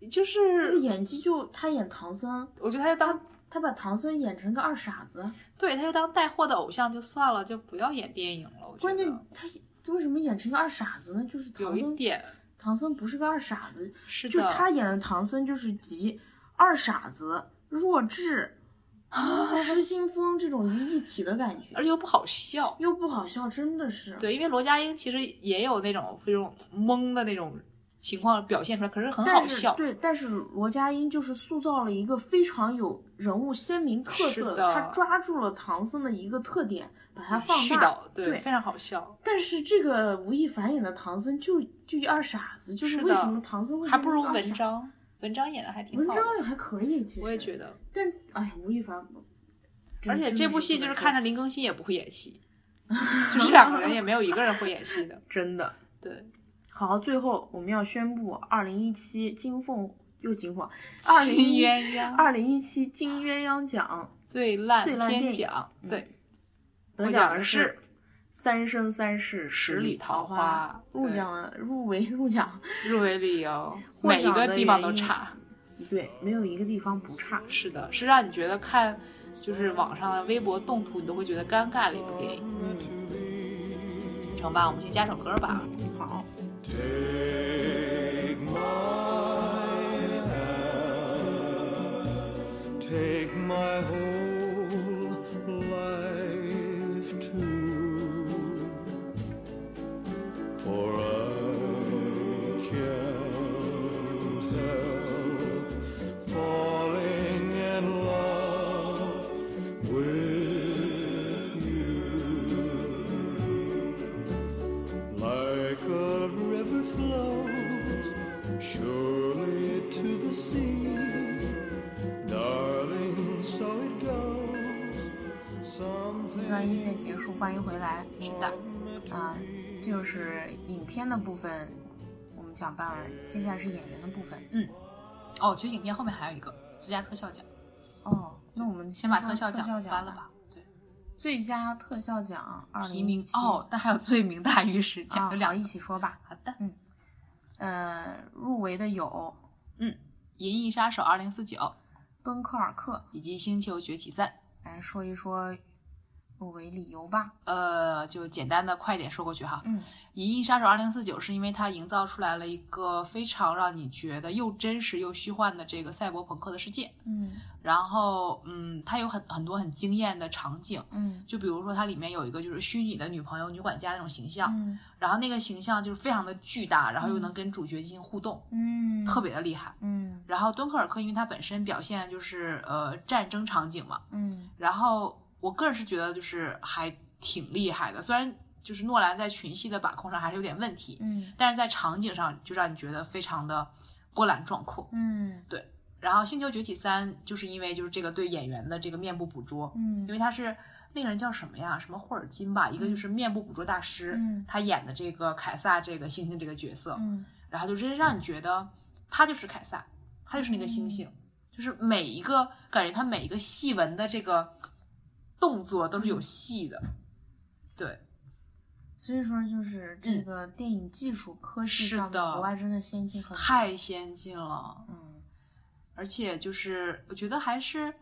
就这个是演技就他演唐僧，我觉得他就当他把唐僧演成个二傻子，对，他就当带货的偶像就算了，就不要演电影了。我觉关键得他他为什么演成个二傻子呢？就是有唐一僧，点唐僧不是个二傻子，是就的，他演的唐僧就是集二傻子、弱智、啊失心疯这种于一体的感觉，而且又不好笑。又不好笑，真的是。对，因为罗家英其实也有那种非常懵的那种情况表现出来，可是很好但是笑。对，但是罗家英就是塑造了一个非常有人物鲜明特是色，的嗯他抓住了唐僧的一个特点，把它放絮大。叨，对，对非常好笑，但是这个吴亦凡演的唐僧就就一二傻子，就是是为的什么唐僧会还变不成如二文傻章，文章演的还挺文好的。章也还可以，其实我也觉得，但哎呀，吴亦凡，真而且真这的部戏不就能是说看着林更新也不会 演戏，就是两个人也没有一个人会演戏的。真的对，好。最后我们要宣布，二零一七金凤又金凤，二零七一鸳鸯二零一七金鸳鸯奖最烂最烂电片影奖，对，得获奖奖的的是是《三生三世十十里里桃花花》，入对奖了，入围入奖，入围理由获每一奖个的地方原都因差。对，没有一个地方不差。是的，是让你觉得看就是网上的微博动图，你都会觉得尴尬的一部电影。嗯，成吧，我们先加首歌吧。好， Take my hand, take my whole life too, for I can't help falling in love with you. Like a river flows surely to the sea. Darling, so it goes. 这 Something 段音乐结束，欢迎回来。是的，啊，这就是影片的部分，我们讲办完了，接下来是演员的部分。哦，其实影片后面还有一个最佳特效奖，哦，那我们先把说特效特奖效奖颁了。吧。对，最佳特效奖二提名哦，但还有最名大于实啊奖，有两好一起说吧。好的，《呃，入围的有《银翼杀手二零四九》敦刻尔克》，以及《星球崛起三》。来说一说入围理由吧。呃，就简单的快点说过去哈。嗯，银翼杀手二零四九》是因为它营造出来了一个非常让你觉得又真实又虚幻的这个赛博朋克的世界。嗯然后，嗯，它有很很多很惊艳的场景，嗯就比如说它里面有一个就是虚拟的女朋友、女管家那种形象，嗯然后那个形象就是非常的巨大，然后又能跟主角进行互动，嗯，特别的厉害。嗯然后敦刻尔克，因为它本身表现就是呃战争场景嘛，嗯然后我个人是觉得就是还挺厉害的，虽然就是诺兰在群戏的把控上还是有点问题，嗯但是在场景上就让你觉得非常的波澜壮阔。嗯然后《星球崛起三》就是因为就是这个对演员的这个面部捕捉，嗯因为他是那个人叫什么呀？什么霍尔金吧，一个就是面部捕捉大师，嗯他演的这个凯撒这个猩猩这个角色，嗯然后就真让你觉得他就是凯撒，他就是那个猩猩，嗯就是每一个感觉他每一个细纹的这个动作都是嗯有戏的，对，所以说就是这个电影技术科技是上的国外真的先进很多。太先进了，嗯而且就是我觉得还是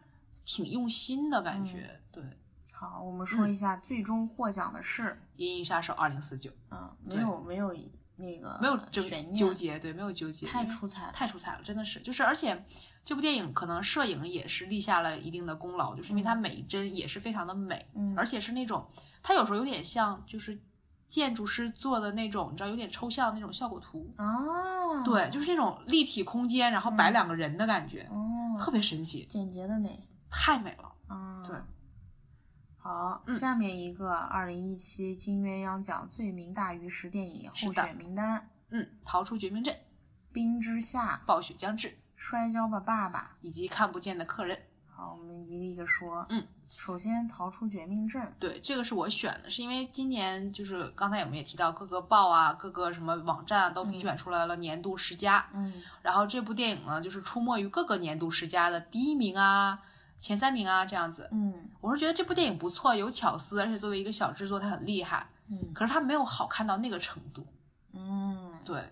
挺用心的感觉，嗯对，《好，嗯我们说一下最终获奖的是，银翼杀手二零四九》嗯，没对有没有那个没有嗯悬争念，纠结，对，没有纠结，太因为出彩了。太出彩了，真的是，就是而且这部电影可能摄影也是立下了一定的功劳，就是因为它每一帧也是非常的美，嗯而且是那种它有时候有点像就是建筑师做的那种，你知道有点抽象的那种效果图，啊，，对，就是那种立体空间，然后摆两个人的感觉，哦，特别神奇，简洁的美太美了。啊。对。好，嗯下面一个二零一七金鸳鸯奖最名大于十电影是候的选名单：嗯，逃出绝命镇、 《冰之下》暴雪将至《摔跤吧，爸爸》。以及看不见的客人。好，我们一个一个说。嗯，首先逃出绝命镇。对，这个是我选的，是因为今年就是刚才我们也提到各个报啊、各个什么网站啊都评选出来了年度十佳。嗯然后这部电影呢，就是出没于各个年度十佳的第一名啊、前三名啊这样子。嗯我是觉得这部电影不错，有巧思，而且作为一个小制作，它很厉害。嗯可是它没有好看到那个程度，嗯，对，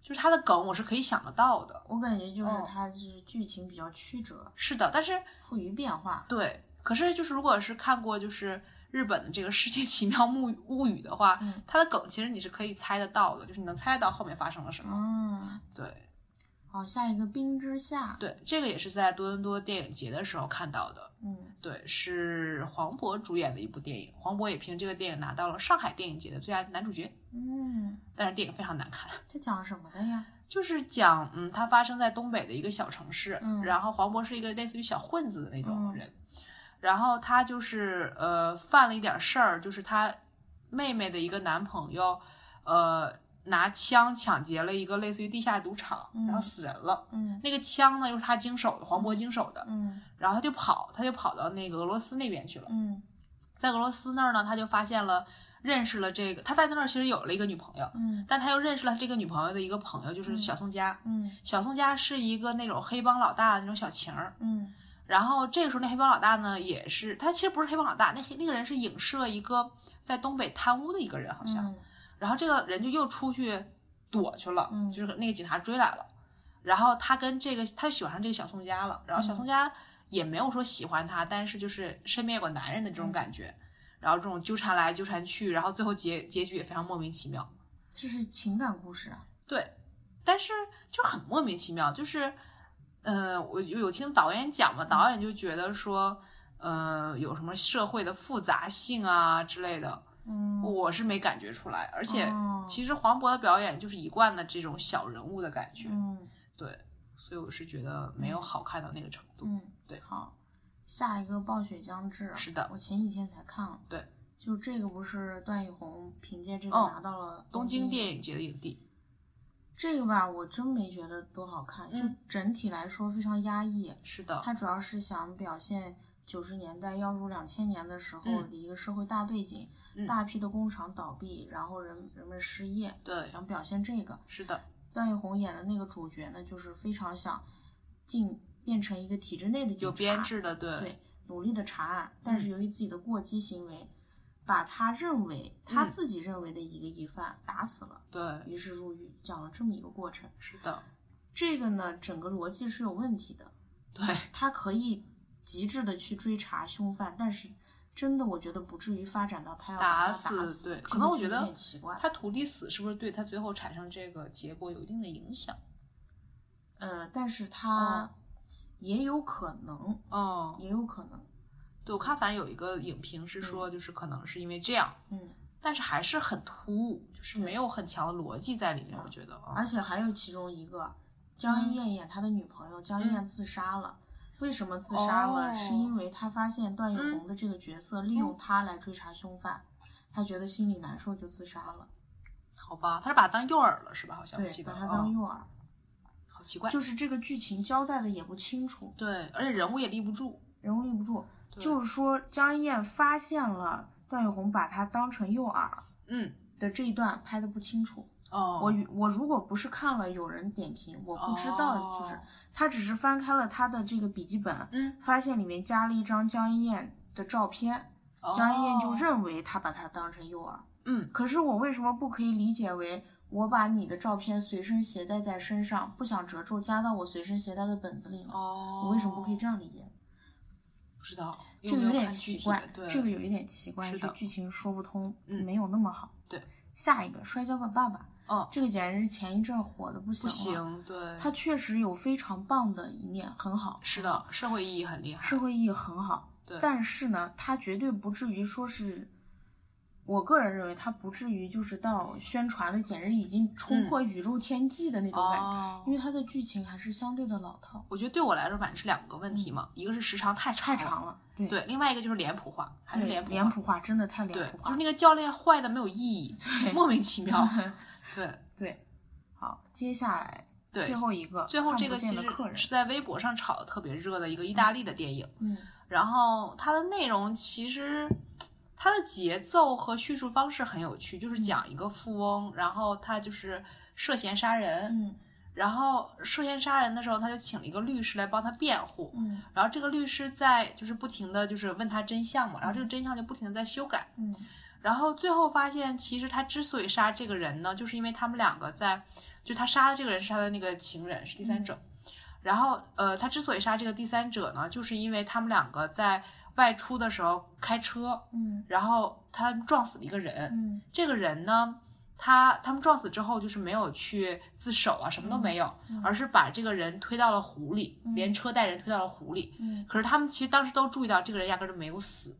就是它的梗我是可以想得到的。我感觉就是哦它就是剧情比较曲折，是的，但是富于变化。对，可是就是如果是看过就是日本的这个《世界奇妙物语物语》的话，嗯它的梗其实你是可以猜得到的，就是你能猜得到后面发生了什么。嗯，对好，下一个冰之下。对，这个也是在多伦多电影节的时候看到的。嗯对，是黄渤主演的一部电影，黄渤也凭这个电影拿到了上海电影节的最佳男主角，嗯，但是电影非常难看，它讲什么的呀？就是讲嗯，它发生在东北的一个小城市，嗯然后黄渤是一个类似于小混子的那种嗯人，然后他就是呃犯了一点事儿，就是他妹妹的一个男朋友，呃拿枪抢劫了一个类似于地下赌场，然后嗯死人了。嗯那个枪呢，又是他经手的，黄渤经手的，嗯然后他就跑，他就跑到那个俄罗斯那边去了。嗯在俄罗斯那儿呢，他就发现了，认识了这个，他在那儿其实有了一个女朋友，嗯但他又认识了这个女朋友的一个朋友，就是嗯小宋佳。嗯小宋佳是一个那种黑帮老大的那种小情儿，嗯然后这个时候那黑帮老大呢，也是他其实不是黑帮老大，那黑那个人是影射一个在东北贪污的一个人，好像。嗯然后这个人就又出去躲去了，嗯就是那个警察追来了。然后他跟这个他喜欢上这个小宋佳了，然后小嗯宋佳也没有说喜欢他，但是就是身边有个男人的嗯这种感觉，然后这种纠缠来纠缠去，然后最后结结局也非常莫名其妙。这是情感故事啊。对，但是就很莫名其妙，就是，呃，我有有听导演讲嘛，导演就觉得说，呃，有什么社会的复杂性啊之类的，嗯，我是没感觉出来，而且哦其实黄渤的表演就是一贯的这种小人物的感觉，嗯对，所以我是觉得没有好看到那个程度。嗯，对好，下一个暴雪将至。是的我前几天才看了。对。就这个不是段奕宏凭借这个哦拿到了东京京电影节的影帝，这个吧，我真没觉得多好看，嗯哦就整体来说非常压抑。是的，它主要是想表现九十年代要入两千年的时候嗯的一个社会大背景，嗯大批的工厂倒闭，然后人人们失业，对，想表现这个。是的，段奕宏演的那个主角呢，就是非常想进变成一个体制内的警有察，编制嗯的，对，对，努力的查案，但是由于自己的过激行为，把他认为他嗯自己认为的一个疑犯打死了，对，于是入狱，讲了这么一个过程。是的，这个呢，整个逻辑是有问题的。对，他可以极致的去追查凶犯，但是真的我觉得不至于发展到他要把他打打死对这个可能我就觉得有点奇怪。他徒弟死是不是对他最后产生这个结果有一定的影响？呃，但是嗯他也有可能，哦，也有可能，对，我看反正有一个影评是说，就是可能是因为这样，嗯。但是还是很突兀，就是没有很强的逻辑在里面，嗯我觉得啊，而且还有其中一个，江一燕演他的女朋友，江一燕自杀了。为什么自杀了？哦是因为他发现段奕宏的这个角色利用他来追查凶犯，他觉得心里难受就自杀了。好吧，他是把他当诱饵了是吧？好像我对记，得把啊，他当诱饵，好奇怪，就是这个剧情交代的也不清楚，对，而且人物也立不住，人物立不住。对就是说，江一燕发现了段奕宏把他当成诱饵嗯，的这一段拍的不清楚。哦，我与我如果不是看了有人点评，我不知道，就是哦他只是翻开了他的这个笔记本，嗯，发现里面加了一张江一燕的照片，哦江一燕就认为他把他当成诱饵。嗯，可是我为什么不可以理解为我把你的照片随身携带在身上，不想褶皱加到我随身携带的本子里呢？哦，我为什么不可以？这样理解？不知道，这个因为有没有点看具奇体怪的，对，这个有一点奇怪，是就的剧情说不通，嗯没有那么好。对，下一个《摔跤吧，爸爸》，哦，这个简直是前一阵儿火的不行不了。行，对，它确实有非常棒的一面，很好，是的，社会意义很厉害，社会意义很好。对但是呢，它绝对不至于说是，我个人认为它不至于就是到宣传的简直已经冲破宇宙天际的那种感觉，嗯哦因，为它的剧情还是相对的老套，我觉得对我来说反正是两个问题嘛，一个是时长太长嗯太了，长了。对对，对，另外一个就是脸谱化，还是脸谱脸谱化真的太对脸谱，就化是了。那个教练坏的没有意义，莫名其 妙，对对，好，接下来对最。后一个最后看这不个见其的客实人是，在微博上炒的特别热的一个意大利的电影，嗯，然后它的内容其实它的节奏和叙述方式很有趣，嗯就是讲一个富翁，然后他就是涉嫌杀人，嗯然后涉嫌杀人的时候，他就请了一个律师来帮他辩护，嗯然后这个律师在就是不停的就是问他真相嘛，然后这个真相就不停的在修改，嗯然后最后发现，其实他之所以杀这个人呢，就是因为他们两个在，就他杀的这个人是他的那个情人，是第嗯三者。然后呃，他之所以杀这个第三者呢，就是因为他们两个在外出的时候开车，嗯然后他撞死了一个人。嗯这个人呢，他他们撞死之后就是没有去自首啊，什嗯么都没有，而是把这个人推到了湖里，连车带人推到了湖里。嗯，可是他们其实当时都注意到这个人压根儿就没有死，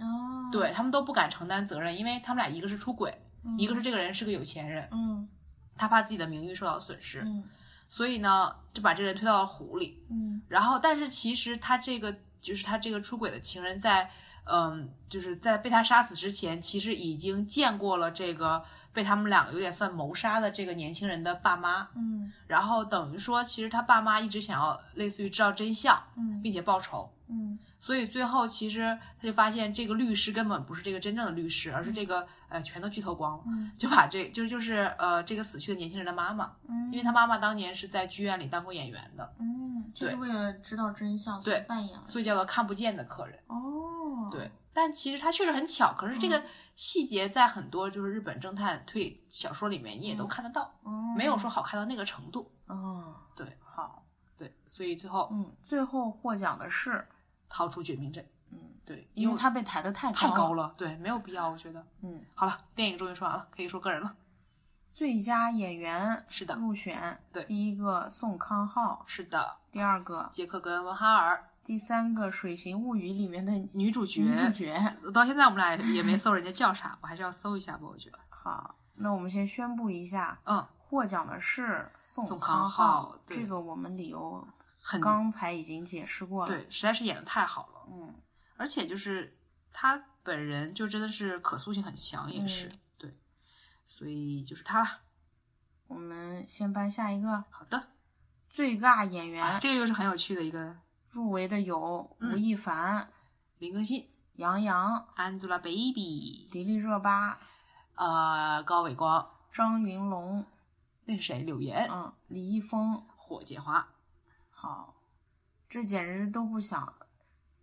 哦，，对他们都不敢承担责任，因为他们俩一个是出轨，一个是这个人是个有钱人，嗯他怕自己的名誉受到损失，嗯所以呢就把这个人推到了湖里。嗯然后，但是其实他这个就是他这个出轨的情人在，嗯，就是在被他杀死之前，其实已经见过了这个被他们两个有点算谋杀的这个年轻人的爸妈。嗯然后等于说，其实他爸妈一直想要类似于知道真相，嗯并且报仇。嗯所以最后其实他就发现这个律师根本不是这个真正的律师，而是这个呃全都剧透光了，嗯就把这就就是呃这个死去的年轻人的妈妈，嗯，因为他妈妈当年是在剧院里当过演员的，嗯，就是对为了知道真相，所以对扮演了所以叫做看不见的客人。哦，对，但其实他确实很巧，可是这嗯个细节在很多就是日本侦探推理小说里面你也都看得到，哦，没有说好看到那个程度。哦，对，好，对，所以最后嗯，最后获奖的是，逃出绝命镇。嗯，对，因为我他被抬得太太高高了，对，没有必要，我觉得。嗯，好了，电影终于说完了，可以说个人了。最佳演员是的，入选，对第一个宋康昊，是的，第二个，杰克跟伦哈尔第三个《水形物语》里面的女女主角，主角。到现在我们俩也没搜人家叫啥，我还是要搜一下吧，我觉得。好，那我们先宣布一下，嗯，获奖的是宋宋康昊昊，对这个我们理由很刚才已经解释过了。对，实在是演的太好了，嗯，而且就是他本人就真的是可塑性很强，也是、嗯对，所以就是他了。我们先颁下一个好的，最尬演啊员，这个又是很有趣的一个入围的有嗯吴亦凡、林更新、杨洋、 Angelababy、迪丽热巴、呃高伟光，张云龙，那是谁？柳岩、嗯，李易峰。火姐华。好，这简直都不想。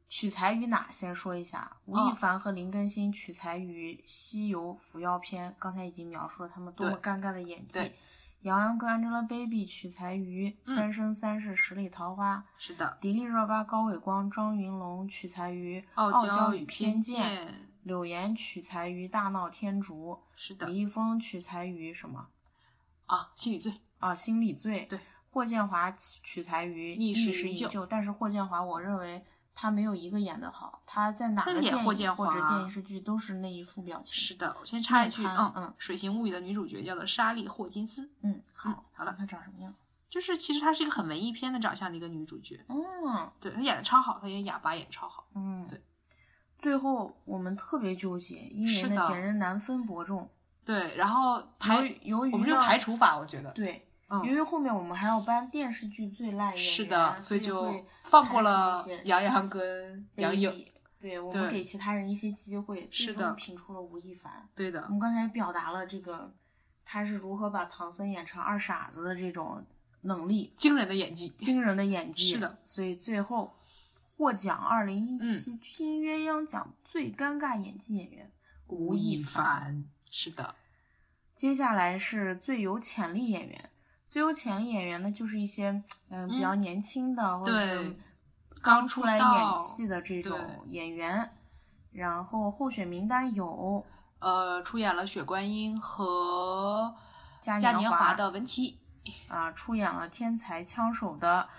取材于哪？先说一下，吴亦哦凡和林更新取材于《西游伏妖篇》，刚才已经描述了他们多么对尴尬的演技对。杨洋跟 Angelababy 取材于《嗯三生三世十里桃花》是的，迪丽热巴、高伟光、张云龙取材于《傲娇娇与与偏偏见》，见。柳岩取材于《大闹天竺是》，的李易峰取材于什么啊，心理罪。啊？《心理罪》对，霍建华取取材于《逆时时营营救救》，但是霍建华，我认为他没有一个演的好，他在哪他个演电霍建影或者华电视剧都是那一副表情。是的，我先插一句，那嗯他嗯嗯，《水形物语》的女主角叫做莎莉·霍金斯，嗯，好嗯，好了看他长什么样？就是其实她是一个很文艺片的长相的一个女主角，嗯对她演的超好，她演哑巴演得超好，嗯，对。最后我们特别纠结，因为是呢的简直难分伯仲。对，然后由排于由于我们这个呢排除法，我觉得，对，嗯因为后面我们还要颁电视剧最烂演员，是的，所所以就会放排过除了一些杨洋跟杨卑颖，鄙。对我们对给其他人一些机会，最是终的评出了吴亦凡。对我的，们刚才表达了这个他是如何把唐僧演成二傻子的这种能力，惊人的演技，惊人的演技。是的，嗯所以最后获奖二零一七金鸳鸯奖最尴尬演技演员吴亦凡。，是的，接下来是最有潜力演员。最有潜力演员呢，就是一些嗯、呃比较年轻的、或者是对刚刚出出来道演戏的这种对演员。然后候选名单有呃，出演了雪观音和嘉嘉年华华的文琪。啊，出演了天才枪手的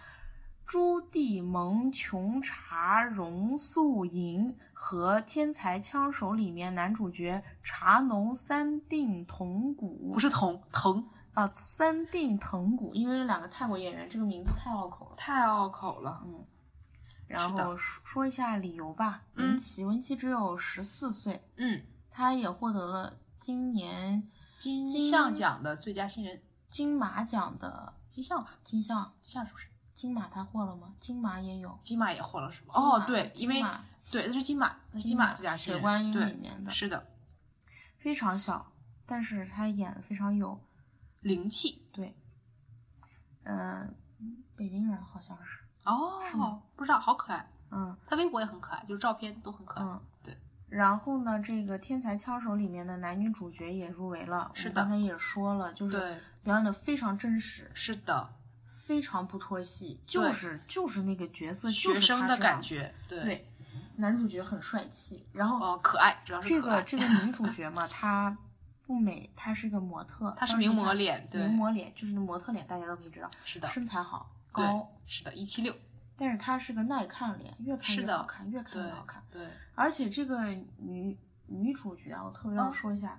朱棣蒙、琼茶、荣素银和《天才枪手》里面男主角茶农三定同不谷是童藤，啊，三定藤谷，因为这两个泰国演员，这个名字太拗口了。太拗口了。然是的后说说一下理由吧。嗯文琪，文琪只有十四岁，嗯，她也获得了今年金金像奖的最佳新人，金马奖的金像吧，金像，金像是不是？金马她获了吗？金马也有。金马也获了是吗？金马哦，对，金因为马对，那是金马，那是金马最佳新铁人。观音里对，面的，是的，非常小，但是他演的非常有，灵气。对，嗯，北京人好像是，哦是吗，不知道，好可爱。嗯他微博也很可爱，就是照片都很可爱。嗯，对。然后呢，这个《天才枪手》里面的男女主角也入围了，是我的刚才也说了，就是对，表演的非常真实，是的，非常不脱戏，对就是就是那个角色，学就是生他的这样感子，觉，对对，男主角很帅气，然后哦，可爱，主要是这可爱个。这个女主角嘛，她不美，她是个模特，她是当时名模脸对名模脸就是那模特脸，大家都可以知道，是的，身材好，对高，，是的，一七六，但是她是个耐看脸，越看是越的好看，越看对越好看。对，而且这个女女主角啊，我特别嗯要说一下，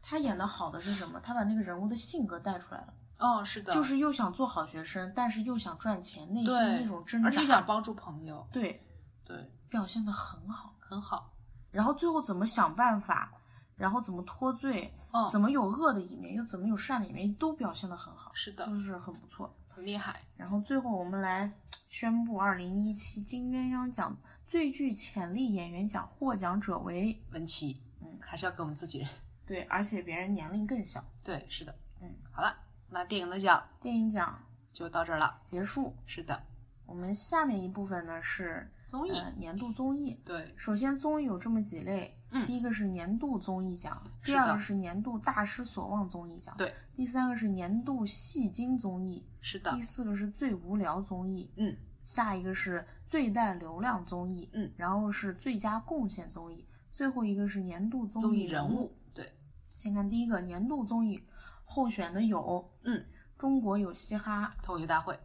她演的好的是什么？她把那个人物的性格带出来了，哦，是的，嗯就是又想做好学生，但是又想赚钱，内心对那种挣而且扎，想帮助朋友，对，对，表现的很好。很好，然后最后怎么想办法，然后怎么脱罪，嗯，怎么有恶的一面，又怎么有善的一面，都表现的很好，是的，就是很不错。很厉害，然后最后我们来宣布，二零一七金鸳鸯奖最具潜力演员奖获奖者为文琪，嗯还是要给我们自己人，对，而且别人年龄更小。对，是的，嗯，好了，那电影的奖电影奖就到这儿了，结束，是的，我们下面一部分呢是综艺，呃年度综艺。对，首先，综艺有这么几类，嗯第一个是年度综艺奖，是第的二个是年度大失所望综艺奖，对，第三个是年度戏精综艺，是的第，四个是最无聊综艺，嗯，下一个是最带流量综艺，嗯，然后是最佳贡献综艺，最后一个是年度综艺艺人物。物，对，先看第一个年度综艺候选的有，嗯，中国有嘻哈、脱口秀大会，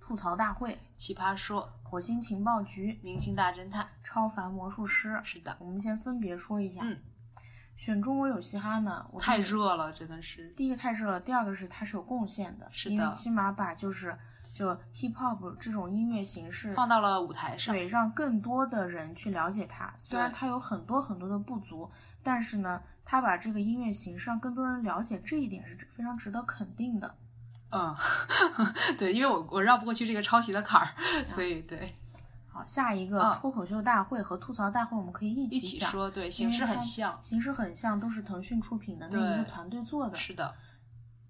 吐槽大会、奇葩说，火星情报局、明星大侦探，超凡魔术师。是的，我们先分别说一下，嗯，选中国有嘻哈呢，我太认为热了，真的是，第一个太热了，第二个是它是有贡献的，是因为的起码把就是就 hip hop 这种音乐形式放到了舞台嗯上，对，让更多的人去了解它。虽然对它有很多很多的不足，但是呢，它把这个音乐形式让更多人了解，这一点是非常值得肯定的。嗯， 对，因为我我绕不过去这个抄袭的坎嗯儿，所以对好，下一个嗯脱口秀大会和吐槽大会，我们可以一一起起讲，说，对，因形为式很它像，形式很像，都是腾讯出品的那一个对团队做的。是的，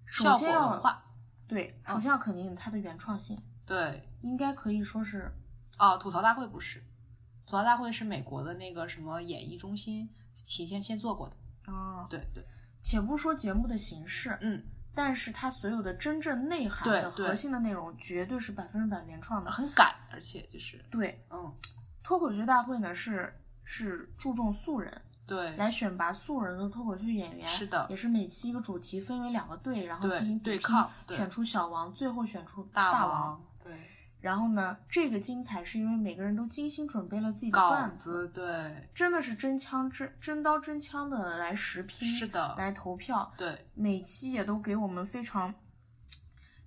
首效果先文要化，对，首嗯先要肯定它的原创性，对，应该可以说是哦，吐槽大会不是，吐槽大会是美国的那个什么演艺中心提前先做过的，啊，对对，且不说节目的形式，嗯，但是它所有的真正内涵对的对核心的内容，绝对是百分之百原创的。很赶，而且就是，对，嗯，脱口秀大会呢是是注重素人，对，来选拔素人的脱口秀演员，是的也是每期一个主题，分为两个队，然后对进行比对拼抗对选出小王，最后选出大王。王，对，然后呢，这个精彩是因为每个人都精心准备了自己的稿段子，对，真的是真枪真真刀真枪的来实拼，是的，来投票，对，每期也都给我们非常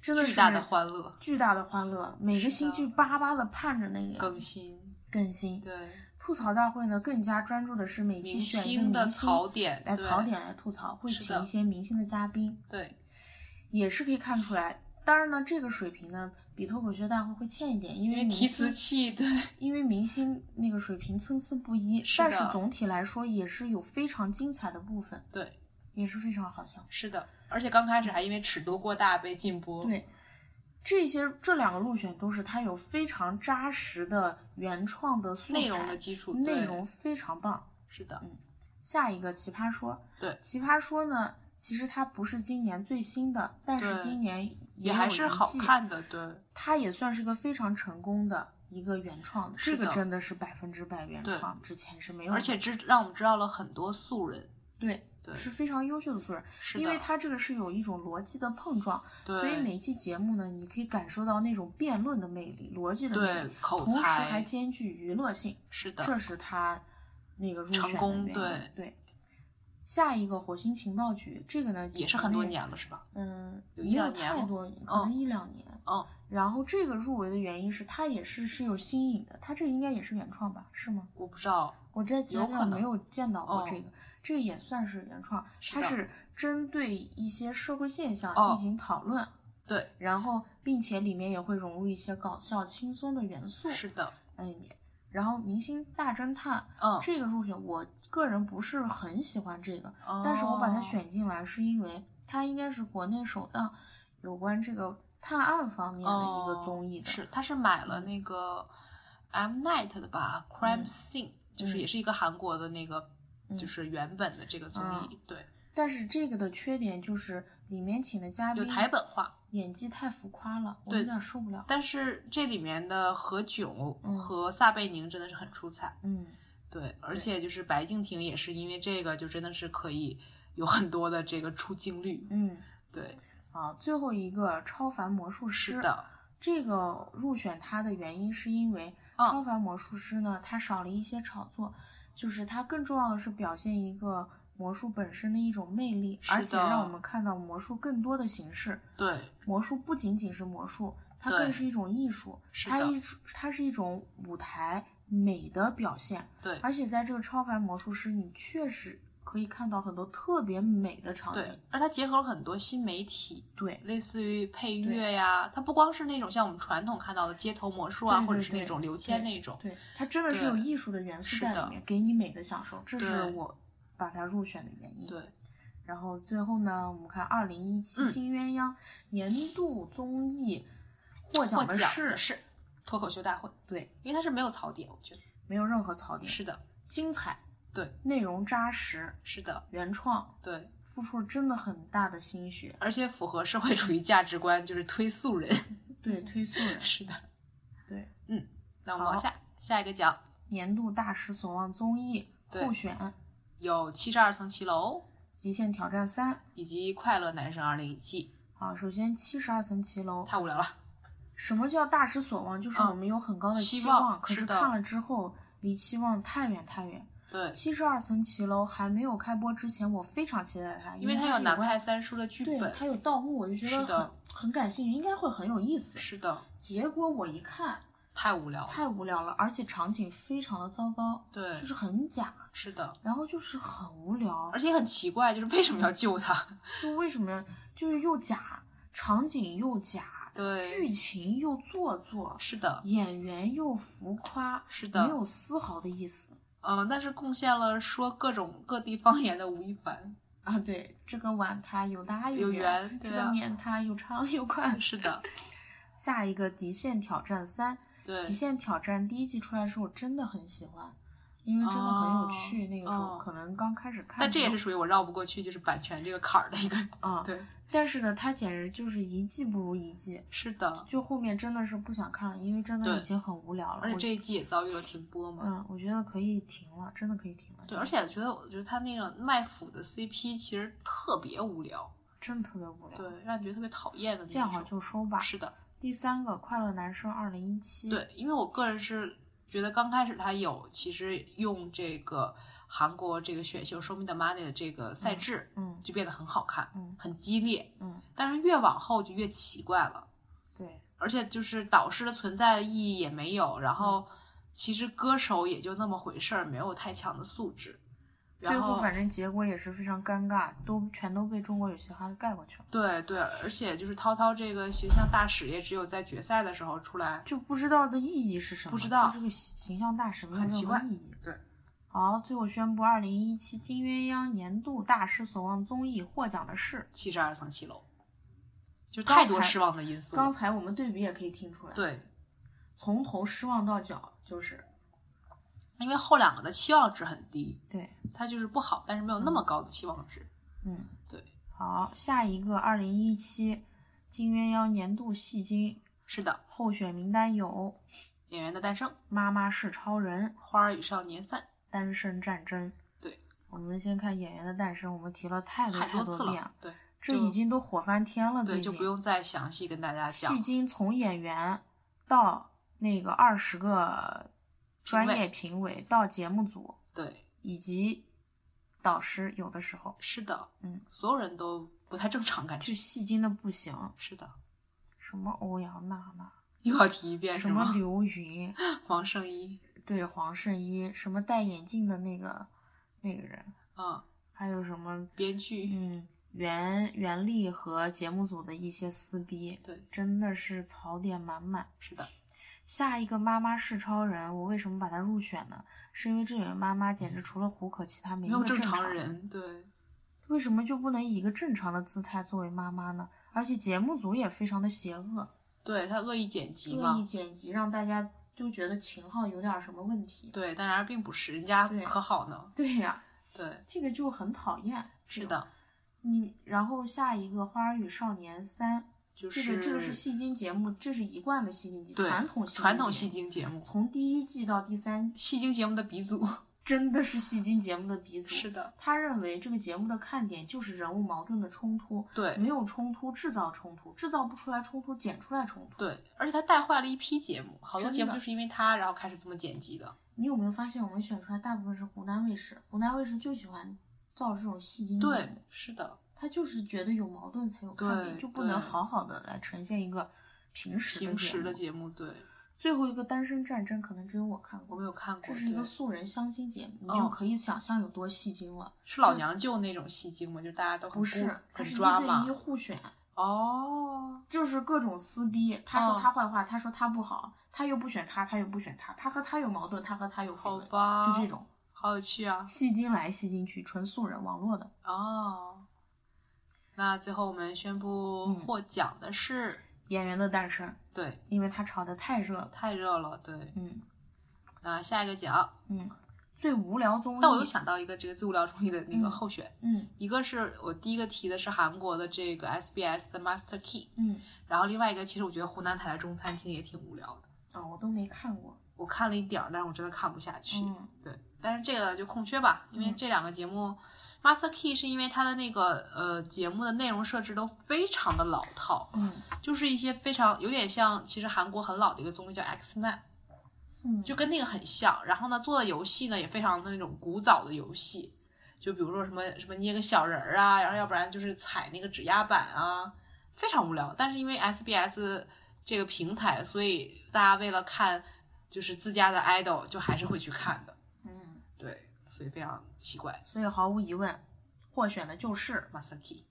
真的是巨大的欢乐，巨大的欢乐，每个是星的期巴巴的盼着那个更新，更新。对，吐槽大会呢，更加专注的是每期明选一个星明的星槽点，来对槽，点来吐槽，会是请的一些明星的嘉宾，对，也是可以看出来。当然呢，这个水平呢，比脱口秀大会会欠一点，因因为为提明词星器，对。因为明星那个水平参差不一，是但的是总体来说也是有非常精彩的部分，对，也是非常好笑。是的，而且刚开始还因为尺度过大被禁播。对这些这两个入选都是它有非常扎实的原创的素材，内容的基础，内对容嗯非常棒。是的，下一个《奇葩说》。对《奇葩说》呢，其实它不是今年最新的，但是对今年也有还一是好季，看的。对，它也算是个非常成功的一个原创的，是这个的真的是百分之百原对创，之前是没有的，而且知让我们知道了很多素人。对对，是非常优秀的素人，是的，因为它这个是有一种逻辑的碰撞，对所以每一期节目呢，你可以感受到那种辩论的魅力、逻辑的魅对力，口同时才还兼具娱乐性，是的，这是他那个入选成的功原因对对。下一个火星情报局，这个呢也是很多，国内年了，是吧？嗯，有没一两有年太吗多年，可能一两年。哦，然后这个入围的原因是它也是是有新颖的，它这个应该也是原创吧？是吗？我不知道，我在其有他可地方能没有见到过哦这个，这个也算是原创，是它的是针对一些社会现象哦进行讨论，对，然后并且里面也会融入一些搞笑、轻松的元素是的，在里面。然后《明星大侦探》嗯，这个入选，我个人不是很喜欢这个，但是我把哦它选进来是因为它应该是国内首档有关这个探案方面的一个综艺哦的，是他是买了那个 M Night 的吧，Crime 嗯 Scene，就嗯是也是一个韩国的那个，嗯就是原本的这个综艺，对，但是这个的缺点就是里面请的嘉有宾台本化，演技太浮夸了，我对有点受不了。但是这里面的何炅嗯和撒贝宁真的是很出彩，嗯，对，而且就是白敬亭也是因为这个，就真的是可以有很多的这个出镜率，嗯，对，啊，最后一个超凡魔术师，是的，这个入选他的原因是因为嗯超凡魔术师呢，它少了一些炒作，就是它更重要的是表现一个魔术本身的一种魅力，是的而且让我们看到魔术更多的形式。对，魔术不仅仅是魔术，它对更是一种艺术，是它的一它是一种舞台美的表现。对，而且在这个超凡魔术师，你确实可以看到很多特别美的场对景。，而它结合了很多新媒体，对，类似于配乐呀，它不光是那种像我们传统看到的街头魔术啊，对对或者是对那种刘谦那种，对，它真的是有对艺术的元素是在的里面，给你美的享受，这是对我把它入选的原因。对，然后最后呢，我们看二零一七嗯金鸳鸯年度综艺获获奖的奖是的是脱口秀大会，对，因为它是没有槽点，我觉得没有任何槽点，是的，精彩，对，内容扎实，是的，原创，对，付出了真的很大的心血，而且符合社会主义价值观，就是推素人，对，推素人，是的， 对，嗯，那我们好往下下一个奖年度大失所望综艺对候选，《有七十二层骑楼极限挑战三》以及快乐男生二零一七，啊，首先七十二层骑楼，太无聊了，什么叫大失所望？就是嗯我们有很高的期期望可是是的看了之后离期望太远太远。对，七十二层骑楼还没有开播之前，我非常期待它，因为它它有是南关派三叔的剧对本，它有盗墓，我就觉是得的很很感兴趣，应该会很有意思。是的，结果我一看太无聊了，太无聊了，而且场景非常的糟糕，对就，是很假，是的。然后就是很无聊而，且很奇怪，就是为什么要救他？ 就为什么就是又假，场景又假，对，剧情又做作，是的，演员又浮夸，是没的，有丝毫的意思嗯，但是贡献了说各种各地方言的吴亦凡，啊！对，这个碗它有大有圆，缘，这对个啊，面它又长又宽。是的，下一个《极限挑战三》，对《极，限挑战》第一季出来的时候，我真的很喜欢，因为真的很有趣。那个时候哦可能刚开始看，但这也是属于我绕不过去，就是版权这个坎儿 的一个，啊，对，但是呢，它简直就是一季不如一季。是的，就后面真的是不想看了，因为真的对已经很无聊了。而且我这一季也遭遇了停播嘛，嗯，我觉得可以停了，真的可以停了。对，而且我觉得，我觉得他那个卖腐的 CP 其实特别无聊，真的特别无聊。对，让人觉得特别讨厌的见那好种，就收吧。是的，第三个《快乐男生二零一七》，对，因为我个人是觉得刚开始他有其实用这个韩国这个选秀《Show Me the Money》的这个赛制，嗯就变得很好看，嗯很激烈。嗯，但是越往后就越奇怪了，对，而且就是导师的存在意义也没有，然嗯后其实歌手也就那么回事儿，没有太强的素质。然最后后反正结果也是非常尴尬，都全都被中国有嘻哈盖过去了，对对，而且就是涛涛这个形象大使也只有在决赛的时候出来，就不知道的意义是什么，不知道就这个形象大使没有很奇任何怪意义。对，好，最后宣布二零一七金鸳鸯年度大失所望综艺获奖的是，七十二层七楼，就刚太多才失望的因素了。刚才我们对比也可以听出来，，对，从头失望到脚就是因为后两个的期望值很低，对，它就是不好，但是没有那么高的期望值。嗯，对。好，下一个二零一七金鸳鸯年度戏精是的，候选名单有。 《演员的诞生》《妈妈是超人，花儿与少年散》单身战争。对，我们先看《演员的诞生》，我们提了太多太太次遍了，对这就已经都火翻天了，对，最就近不用再详细跟大家讲戏。精从演员到那个二十个专评委业评委，到节目组对，以及导师，有的时候是的，嗯，所有人都不太正常，感觉就戏精的不行，是的，什么欧阳娜娜，又要提一遍是什么吗？刘芸，黄圣依，对黄圣依，什么戴眼镜的那个那个人，嗯，还有什么编剧，嗯袁袁立和节目组的一些撕逼，对，真的是槽点满满。是的，下一个妈妈是超人，我为什么把它入选呢？是因为这里面妈妈简直除了胡可，其他没没一个有正正常。人，对，为什么就不能以一个正常的姿态作为妈妈呢？而且节目组也非常的邪恶，对他恶意剪辑恶意嘛，剪辑让大家就觉得秦昊有点什么问题。对，但然而并不是，人家对可好呢，对呀、对，这个就很讨厌。是，的，你然后下一个《花儿与少年三》，就这是个这个是戏精节目，这是一贯的戏精节对传统戏传统戏戏，精节目，从第一季到第三，戏精节目的鼻祖，真的是戏精节目的鼻祖。是的，他认为这个节目的看点就是人物矛盾的冲突，对嗯没有冲突制造冲突，制造不出来冲突剪出来冲突。对，而且他带坏了一批节目，好多真节目的就是因为他，然后开始这么剪辑的，你有没有发现我们选出来大部分是湖南卫视，湖南卫视就喜欢造这种戏精节对目，，是的，他就是觉得有矛盾才有看点，对就不能对好好的来呈现一个平时的平时的目。节目，对最后一个单身战争可能只有我看我过没。有看过，这是一个哦对素人相亲节目，你哦就可以想象有多戏精了。是老娘舅那种戏精吗？就是大家都很不是孤，它很是一抓嘛对一。互选，哦，就是各种撕逼，他说嗯他坏话，他说他不好，他又不选他，他又不选他，他和他有矛盾，他和他有绯好闻，吧，就这，种好有趣啊。戏精来戏精去，纯素人网络的。哦，那最后我们宣布嗯获奖的是，演员的诞生，对，因为他炒得太热了。太热了，对。嗯那下一个奖，嗯，最无聊综艺。但我又想到一个这个最无聊综艺的那个嗯候选，嗯一个是我第一个提的是韩国的这个 SBS 的 Master Key，嗯然后另外一个其实我觉得湖南台的中餐厅也挺无聊的，啊、我都没看过。我看了一点儿，但是我真的看不下去。嗯对，但是这个就空缺吧，因为嗯这两个节目、m a s t e r Key 是因为它的那个呃节目的内容设置都非常的老套，嗯就是一些非常有点像，其实韩国很老的一个综艺叫 X Man，嗯， 就跟那个很像。然后呢，做的游戏呢也非常的那种古早的游戏，就比如说什么什么捏个小人儿啊，然后要不然就是踩那个指压板啊，非常无聊。但是因为 SBS 这个平台，所以大家为了看就是自家的 idol，就还是会去看的。嗯，对，所以非常奇怪。所以毫无疑问，获选的就是 Masaki，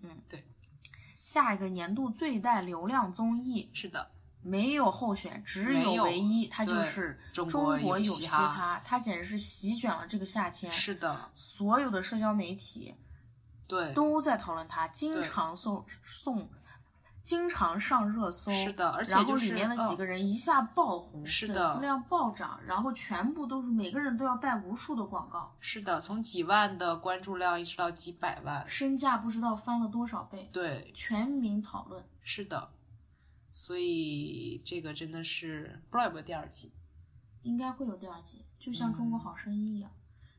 下一个年度最带流量综艺，是的，没有候选，只没有有唯一，它就对是中中国国有嘻嘻哈，它简直是席卷了这个夏天。是的，所有的社交媒体对，都在讨论它，经对常送送，经常上热搜。是的，而且然后就是里面的几个嗯人一下爆红，是粉的丝量暴涨，然后全部都是每个人都要带无数的广告，是的，从几万的关注量一直到几百万，身价不知道翻了多少倍，对，全民讨论。是的，所以这个真的是不知道有没有第二季，应该会有第二季，就像《中嗯国好声音》一样，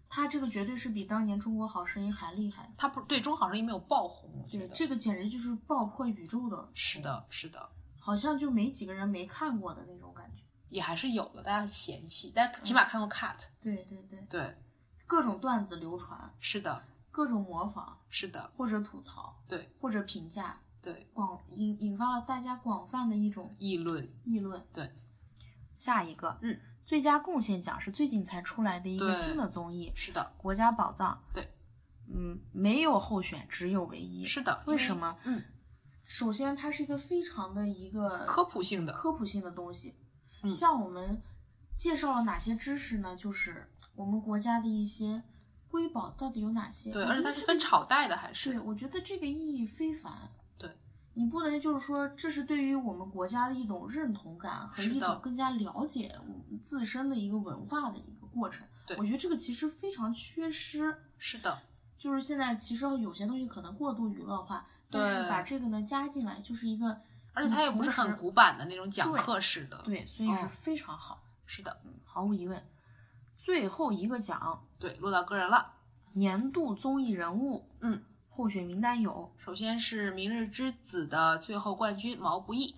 它这个绝对是比当年《中国好声音》还厉害的。它不对中好声音没有爆红，我觉对，得这个简直就是爆破宇宙的，是的，是的，好像就没几个人没看过的那种感觉。也还是有的，大家很嫌弃，但嗯起码看过 cut，、对对对，对，各种段子流传，是的，各种模仿是的，或者吐槽，对，或者评价，对，广引引发了大家广泛的一种议论，议论。对，下一个，嗯，最佳贡献奖是最近才出来的一个对新的综艺《是的，国家宝藏》。对，嗯，没有候选，只有唯一。是的，为因什？么？嗯，首先它是一个非常的一个科普性的，科普性的东西，嗯像我们介绍了哪些知识呢？就是我们国家的一些瑰宝到底有哪些？对，我而且觉得它是这分个朝代的，还对，是我觉得这个意义非凡。对，你不能就是说这是对于我们国家的一种认同感和是一的种更加了解我们自身的一个文化的一个过程。对我觉得这个其实非常缺失。是的，就是现在其实有些东西可能过度娱乐化，但是对把这个呢加进来，就是一个而且它也不是很古板的那种讲课式的，嗯对，所以是嗯非常好，是的，毫无疑问。最后一个奖对，落到个人了，年度综艺人物，嗯，候选名单有，首先是《明日之子》的最后冠军毛不易，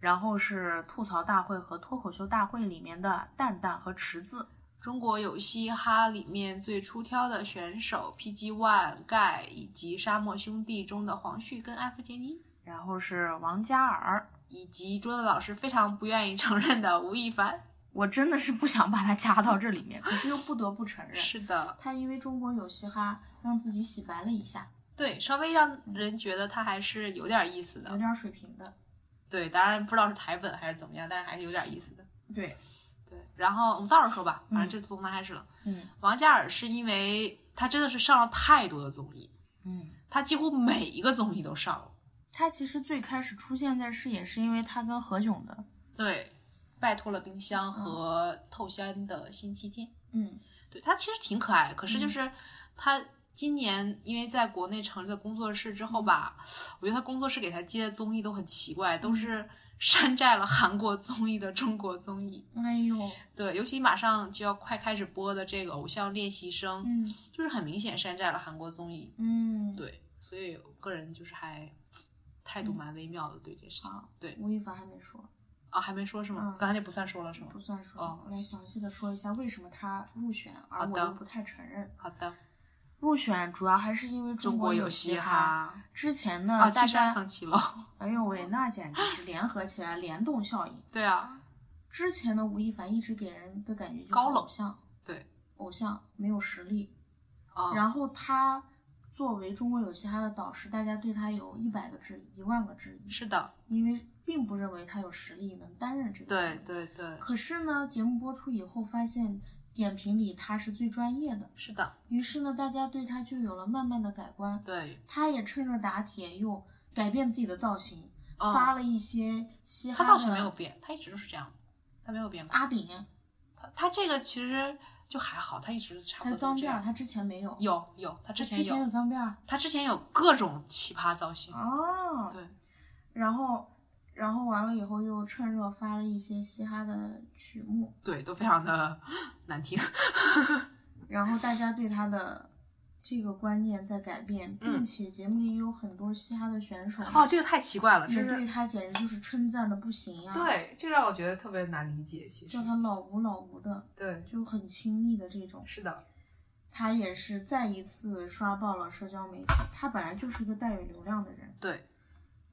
然后是吐槽大会和脱口秀大会里面的蛋蛋和池子，中国有嘻哈里面最出挑的选手 PG One、盖以及沙漠兄弟中的黄旭跟艾弗杰尼，然后是王嘉尔。以及桌子老师非常不愿意承认的吴亦凡。我真的是不想把他加到这里面，可是又不得不承认，是的，他因为中国有嘻哈，让自己洗白了一下，对，稍微让人觉得他还是有点意思有的。点水平的。对，当然不知道是台本还是怎么样，但是还是有点意思的。对，对，然后我们到时候说吧，嗯反正这从他开始了。嗯王嘉尔是因为他真的是上了太多的综艺，嗯。他几乎每一个综艺都上了。他其实最开始出现在视野是因为他跟何炅的，对，拜托了冰箱和透香的星期天。嗯，对他其实挺可爱，可是就嗯是他今年因为在国内成立了工作室之后吧，我觉得他工作室给他接的综艺都很奇怪，都是山寨了韩国综艺的中国综艺。哎呦，对，尤其马上就要快开始播的这个《偶像练习生》，嗯就是很明显山寨了韩国综艺。嗯，，对，所以我个人就是还态嗯度蛮微妙的对这件事情好，啊对吴亦凡还没说，啊，还没说是吗嗯？刚才那不算说了是吗不？算说，哦我来详细的说一下为什么他入选，好而我的又不太承认。好的，入选主要还是因为中国国有嘻嘻哈之前嗯呢，啊，大七十二家层七楼， 哎呦喂，那简直是联合起来联动效应。对啊，之前的吴亦凡一直给人的感觉就是高冷偶像，对，偶像没有实力，啊，然后他作为中国有嘻哈的导师，大家对他有一百个质疑、一万个质疑， 是的，因为并不认为他有实力能担任这个。对。对对，可是呢，节目播出以后，发现点评里他是最专业的，是的，于是呢，大家对他就有了慢慢的改观。对，他也趁热打铁，又改变自己的造型，嗯发了一些嘻哈他的。造型没有哦变，他一直都是这样，他没有变过。阿炳，他他这个其实就还好，他一直差他不的多都脏这辫儿，样。他之前没有。有有，他之之前前有有，脏辫儿他之前有各种奇葩造型。嗯哦。对，然后，然后完了以后又趁热发了一些嘻哈的曲目，对，都非常的 难听。然后大家对他的这个观念在改变，嗯并且节目里有很多嘻哈的选手，哦，这个太奇怪了，嗯也这对是他简直就是称赞的不行呀、，对，这让我觉得特别难理解。其实叫，他老吴老吴的，对，就很亲密的这种。是的，他也是再一次刷爆了社交媒体，他本来就是一个带有流量的人，对，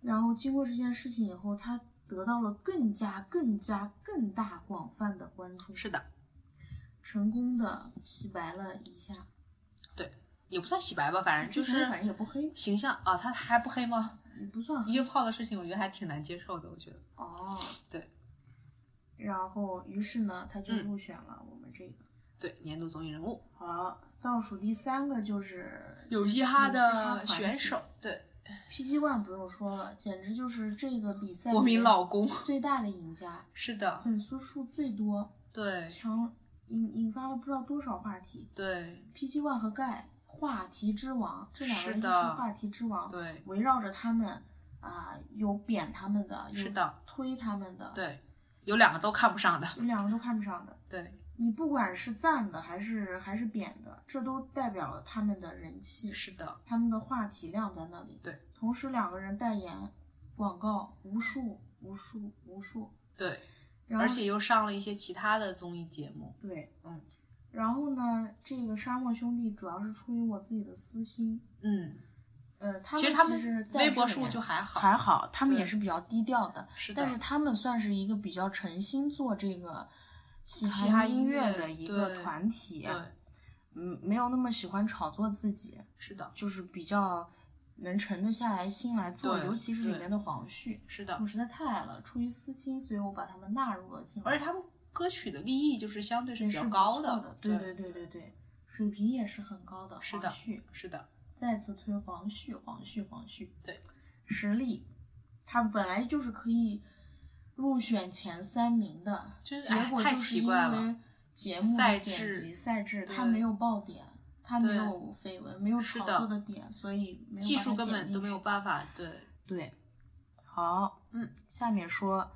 然后经过这件事情以后，他得到了更加、更加、更大广泛的关注。是的，成功的洗白了一下，也不算洗白吧，反正就之前反是正也不黑，形象啊，他还不黑吗？也不算黑约炮的事情，我觉得还挺难接受的。我觉得哦。对。然后，于是呢，他就嗯入选了我们这个。对年度综艺人物好，倒数第三个就是有嘻哈的的选手，对， PG One，不用说了，简直就是这个比赛国民老公，最大的赢家，是的，粉丝数最多，对强引引发了不知道多少话题。对 PG One 和盖话题之王，这两个人是就的是话题之王，对围绕着他们啊、有贬他们的，有是的推他们的，对，有两个都看不上的，有两个都看不上的。对，你不管是赞的还是还是贬的，这都代表了他们的人气，是的，他们的话题量在那里。对，同时两个人代言广告无数无数无数，对，然后而且又上了一些其他的综艺节目，对，嗯。然后呢，这个沙漠兄弟主要是出于我自己的私心，嗯，呃，他其们实他实们在微博这里数面就还好，还好，他们对也是比较低调的，是的，但是他们算是一个比较诚心做这个嘻嘻哈音音乐的一个对团体，对，嗯，没有那么喜欢炒作自己，是的，就是比较能沉得下来心来做，对尤其是里对面的黄旭，是的我，实在太爱了，出于私心，所以我把他们纳入了进来，而且他们歌曲的立意就是相对是也比是较不高错的的，，对对对对对，水平也是很高的，是黄的旭是的，再次推黄旭，黄旭，黄旭，对，实力，他本来就是可以入选前三名的，真结哎果太就是奇因怪为了，节目的赛剪制辑赛制，他对没有爆点，他没对有绯闻，没有是炒的作的点，所以没有技把术它根剪本进都没有去办法，对，对。好，嗯，下面说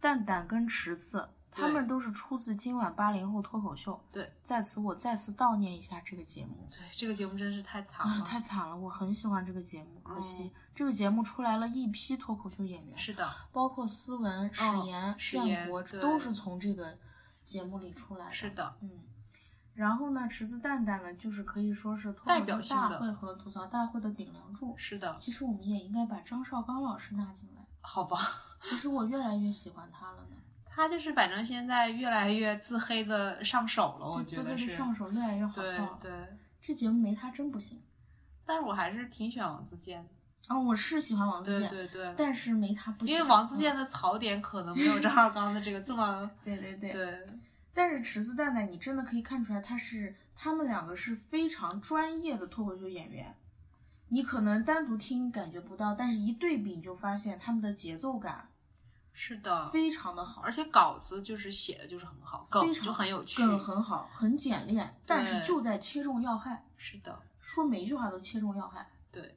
蛋蛋跟池子，他们都是出自今晚八零后脱口秀。对，在此我再次悼念一下这个节目。对，这个节目真是太惨啊，了。太惨了！我很喜欢这个节目，可惜、嗯这个节目出来了一批脱口秀演员，是的，包括思文、史嗯岩、史岩建国，对都是从这个节目里出来的。是的，嗯，然后呢，池子蛋蛋呢，就是可以说是脱代口表秀性大的会和吐槽大会的顶梁柱。是的，其实我们也应该把张绍刚老师纳进来。好吧。其实我越来越喜欢他了呢，他就是反正现在越来越自黑的上手了，我对哦觉自黑得的是。上手越来越好对笑了。对，这节目没他真不行。但是我还是挺喜欢王自健的。啊、我是喜欢王自对健，对对，但是没他不行。因为王自健的槽点可能没有张绍刚的这个这么嗯，对对 对。对但是池子蛋蛋，你真的可以看出来，他是他们两个是非常专业的脱口秀演员。你可能单独听感觉不到，但是一对比你就发现他们的节奏感是的，非常的好，而且稿子就是写的就是很好，嗯梗非常就很有趣，梗很好，很简练，但是就在切中要害，是的，说每一句话都切中要害。对，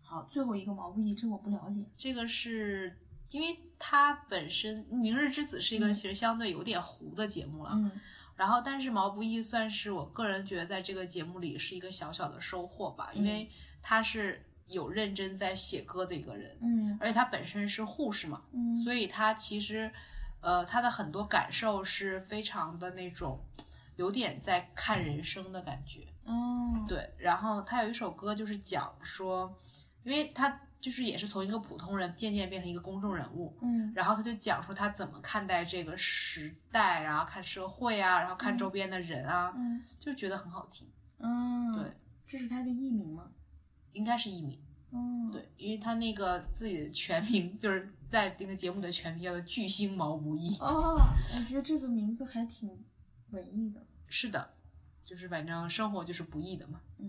好，最后一个毛不易，这我不了解。这个是因为它本身《明日之子》是一个嗯其实相对有点糊的节目了，嗯，然后但是毛不易算是我个人觉得在这个节目里是一个小小的收获吧，嗯因为他是有认真在写歌的一个人，嗯而且他本身是护士嘛，嗯，所以他其实，呃，他的很多感受是非常的那种，有点在看人生的感觉。哦，对，然后他有一首歌就是讲说，因为他就是也是从一个普通人渐渐变成一个公众人物，嗯然后他就讲说他怎么看待这个时代，然后看社会啊，然后看周边的人啊，嗯就觉得很好听。嗯，对，这是他的艺名吗？应该是一米，嗯，，对，因为他那个自己的全名就是在那个节目里的全名叫做巨星毛不易。哦，我觉得这个名字还挺文艺的。是的，就是反正生活就是不易的嘛。嗯，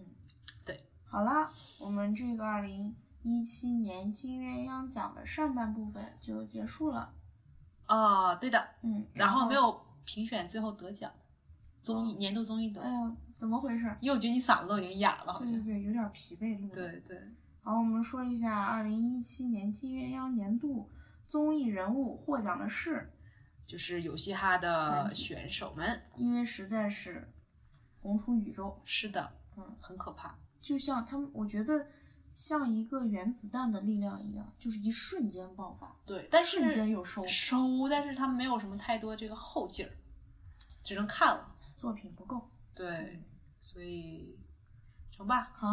对。好啦，我们这个二零一七年金鸳鸯奖的上半部分就结束了。啊、对的，嗯，然后没，有评选最后得奖的综艺年度综艺得哎，呦，怎么回事？因为我觉得你嗓子都已经哑了，好对对像。对，有点疲惫录的。对对，好，我们说一下二零一七年金鸳鸯年度综艺人物获奖的事，就是有嘻哈的选手们，因为实在是红出宇宙，是的，嗯，很可怕。就像他们，我觉得像一个原子弹的力量一样，就是一瞬间爆发，对，但瞬间是有收，收，但是他没有什么太多这个后劲儿，只能看了。作品不够。嗯对，所以成吧，好，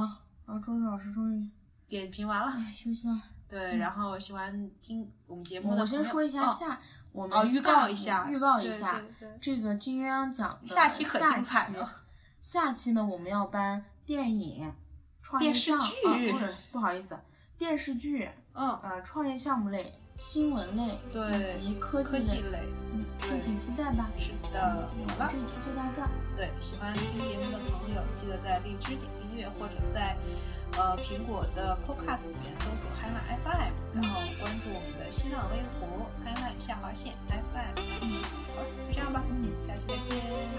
然后周子老师终于点评完了。哎休息了。对，然后喜欢听我们节目的朋嗯友，我先说一下哦下，我哦，们预下告一一下，预告一对下对对这个金鸳鸯奖的下期可下精彩期了。下期呢，我们要颁电影、创业电视项啊剧不是不好意思，电视剧、嗯，呃创业项目类、新闻类对以及科技科技类，类，嗯，敬请期待吧。是的，好吧这。一期就到这儿，对，喜欢听节目的朋友，记得在荔枝点订阅，或者在呃苹果的 Podcast 里面搜索 Hana FM，然后关注我们的新浪微博 Hana 下划线嗯 FM。好，就这样吧，嗯下期再见。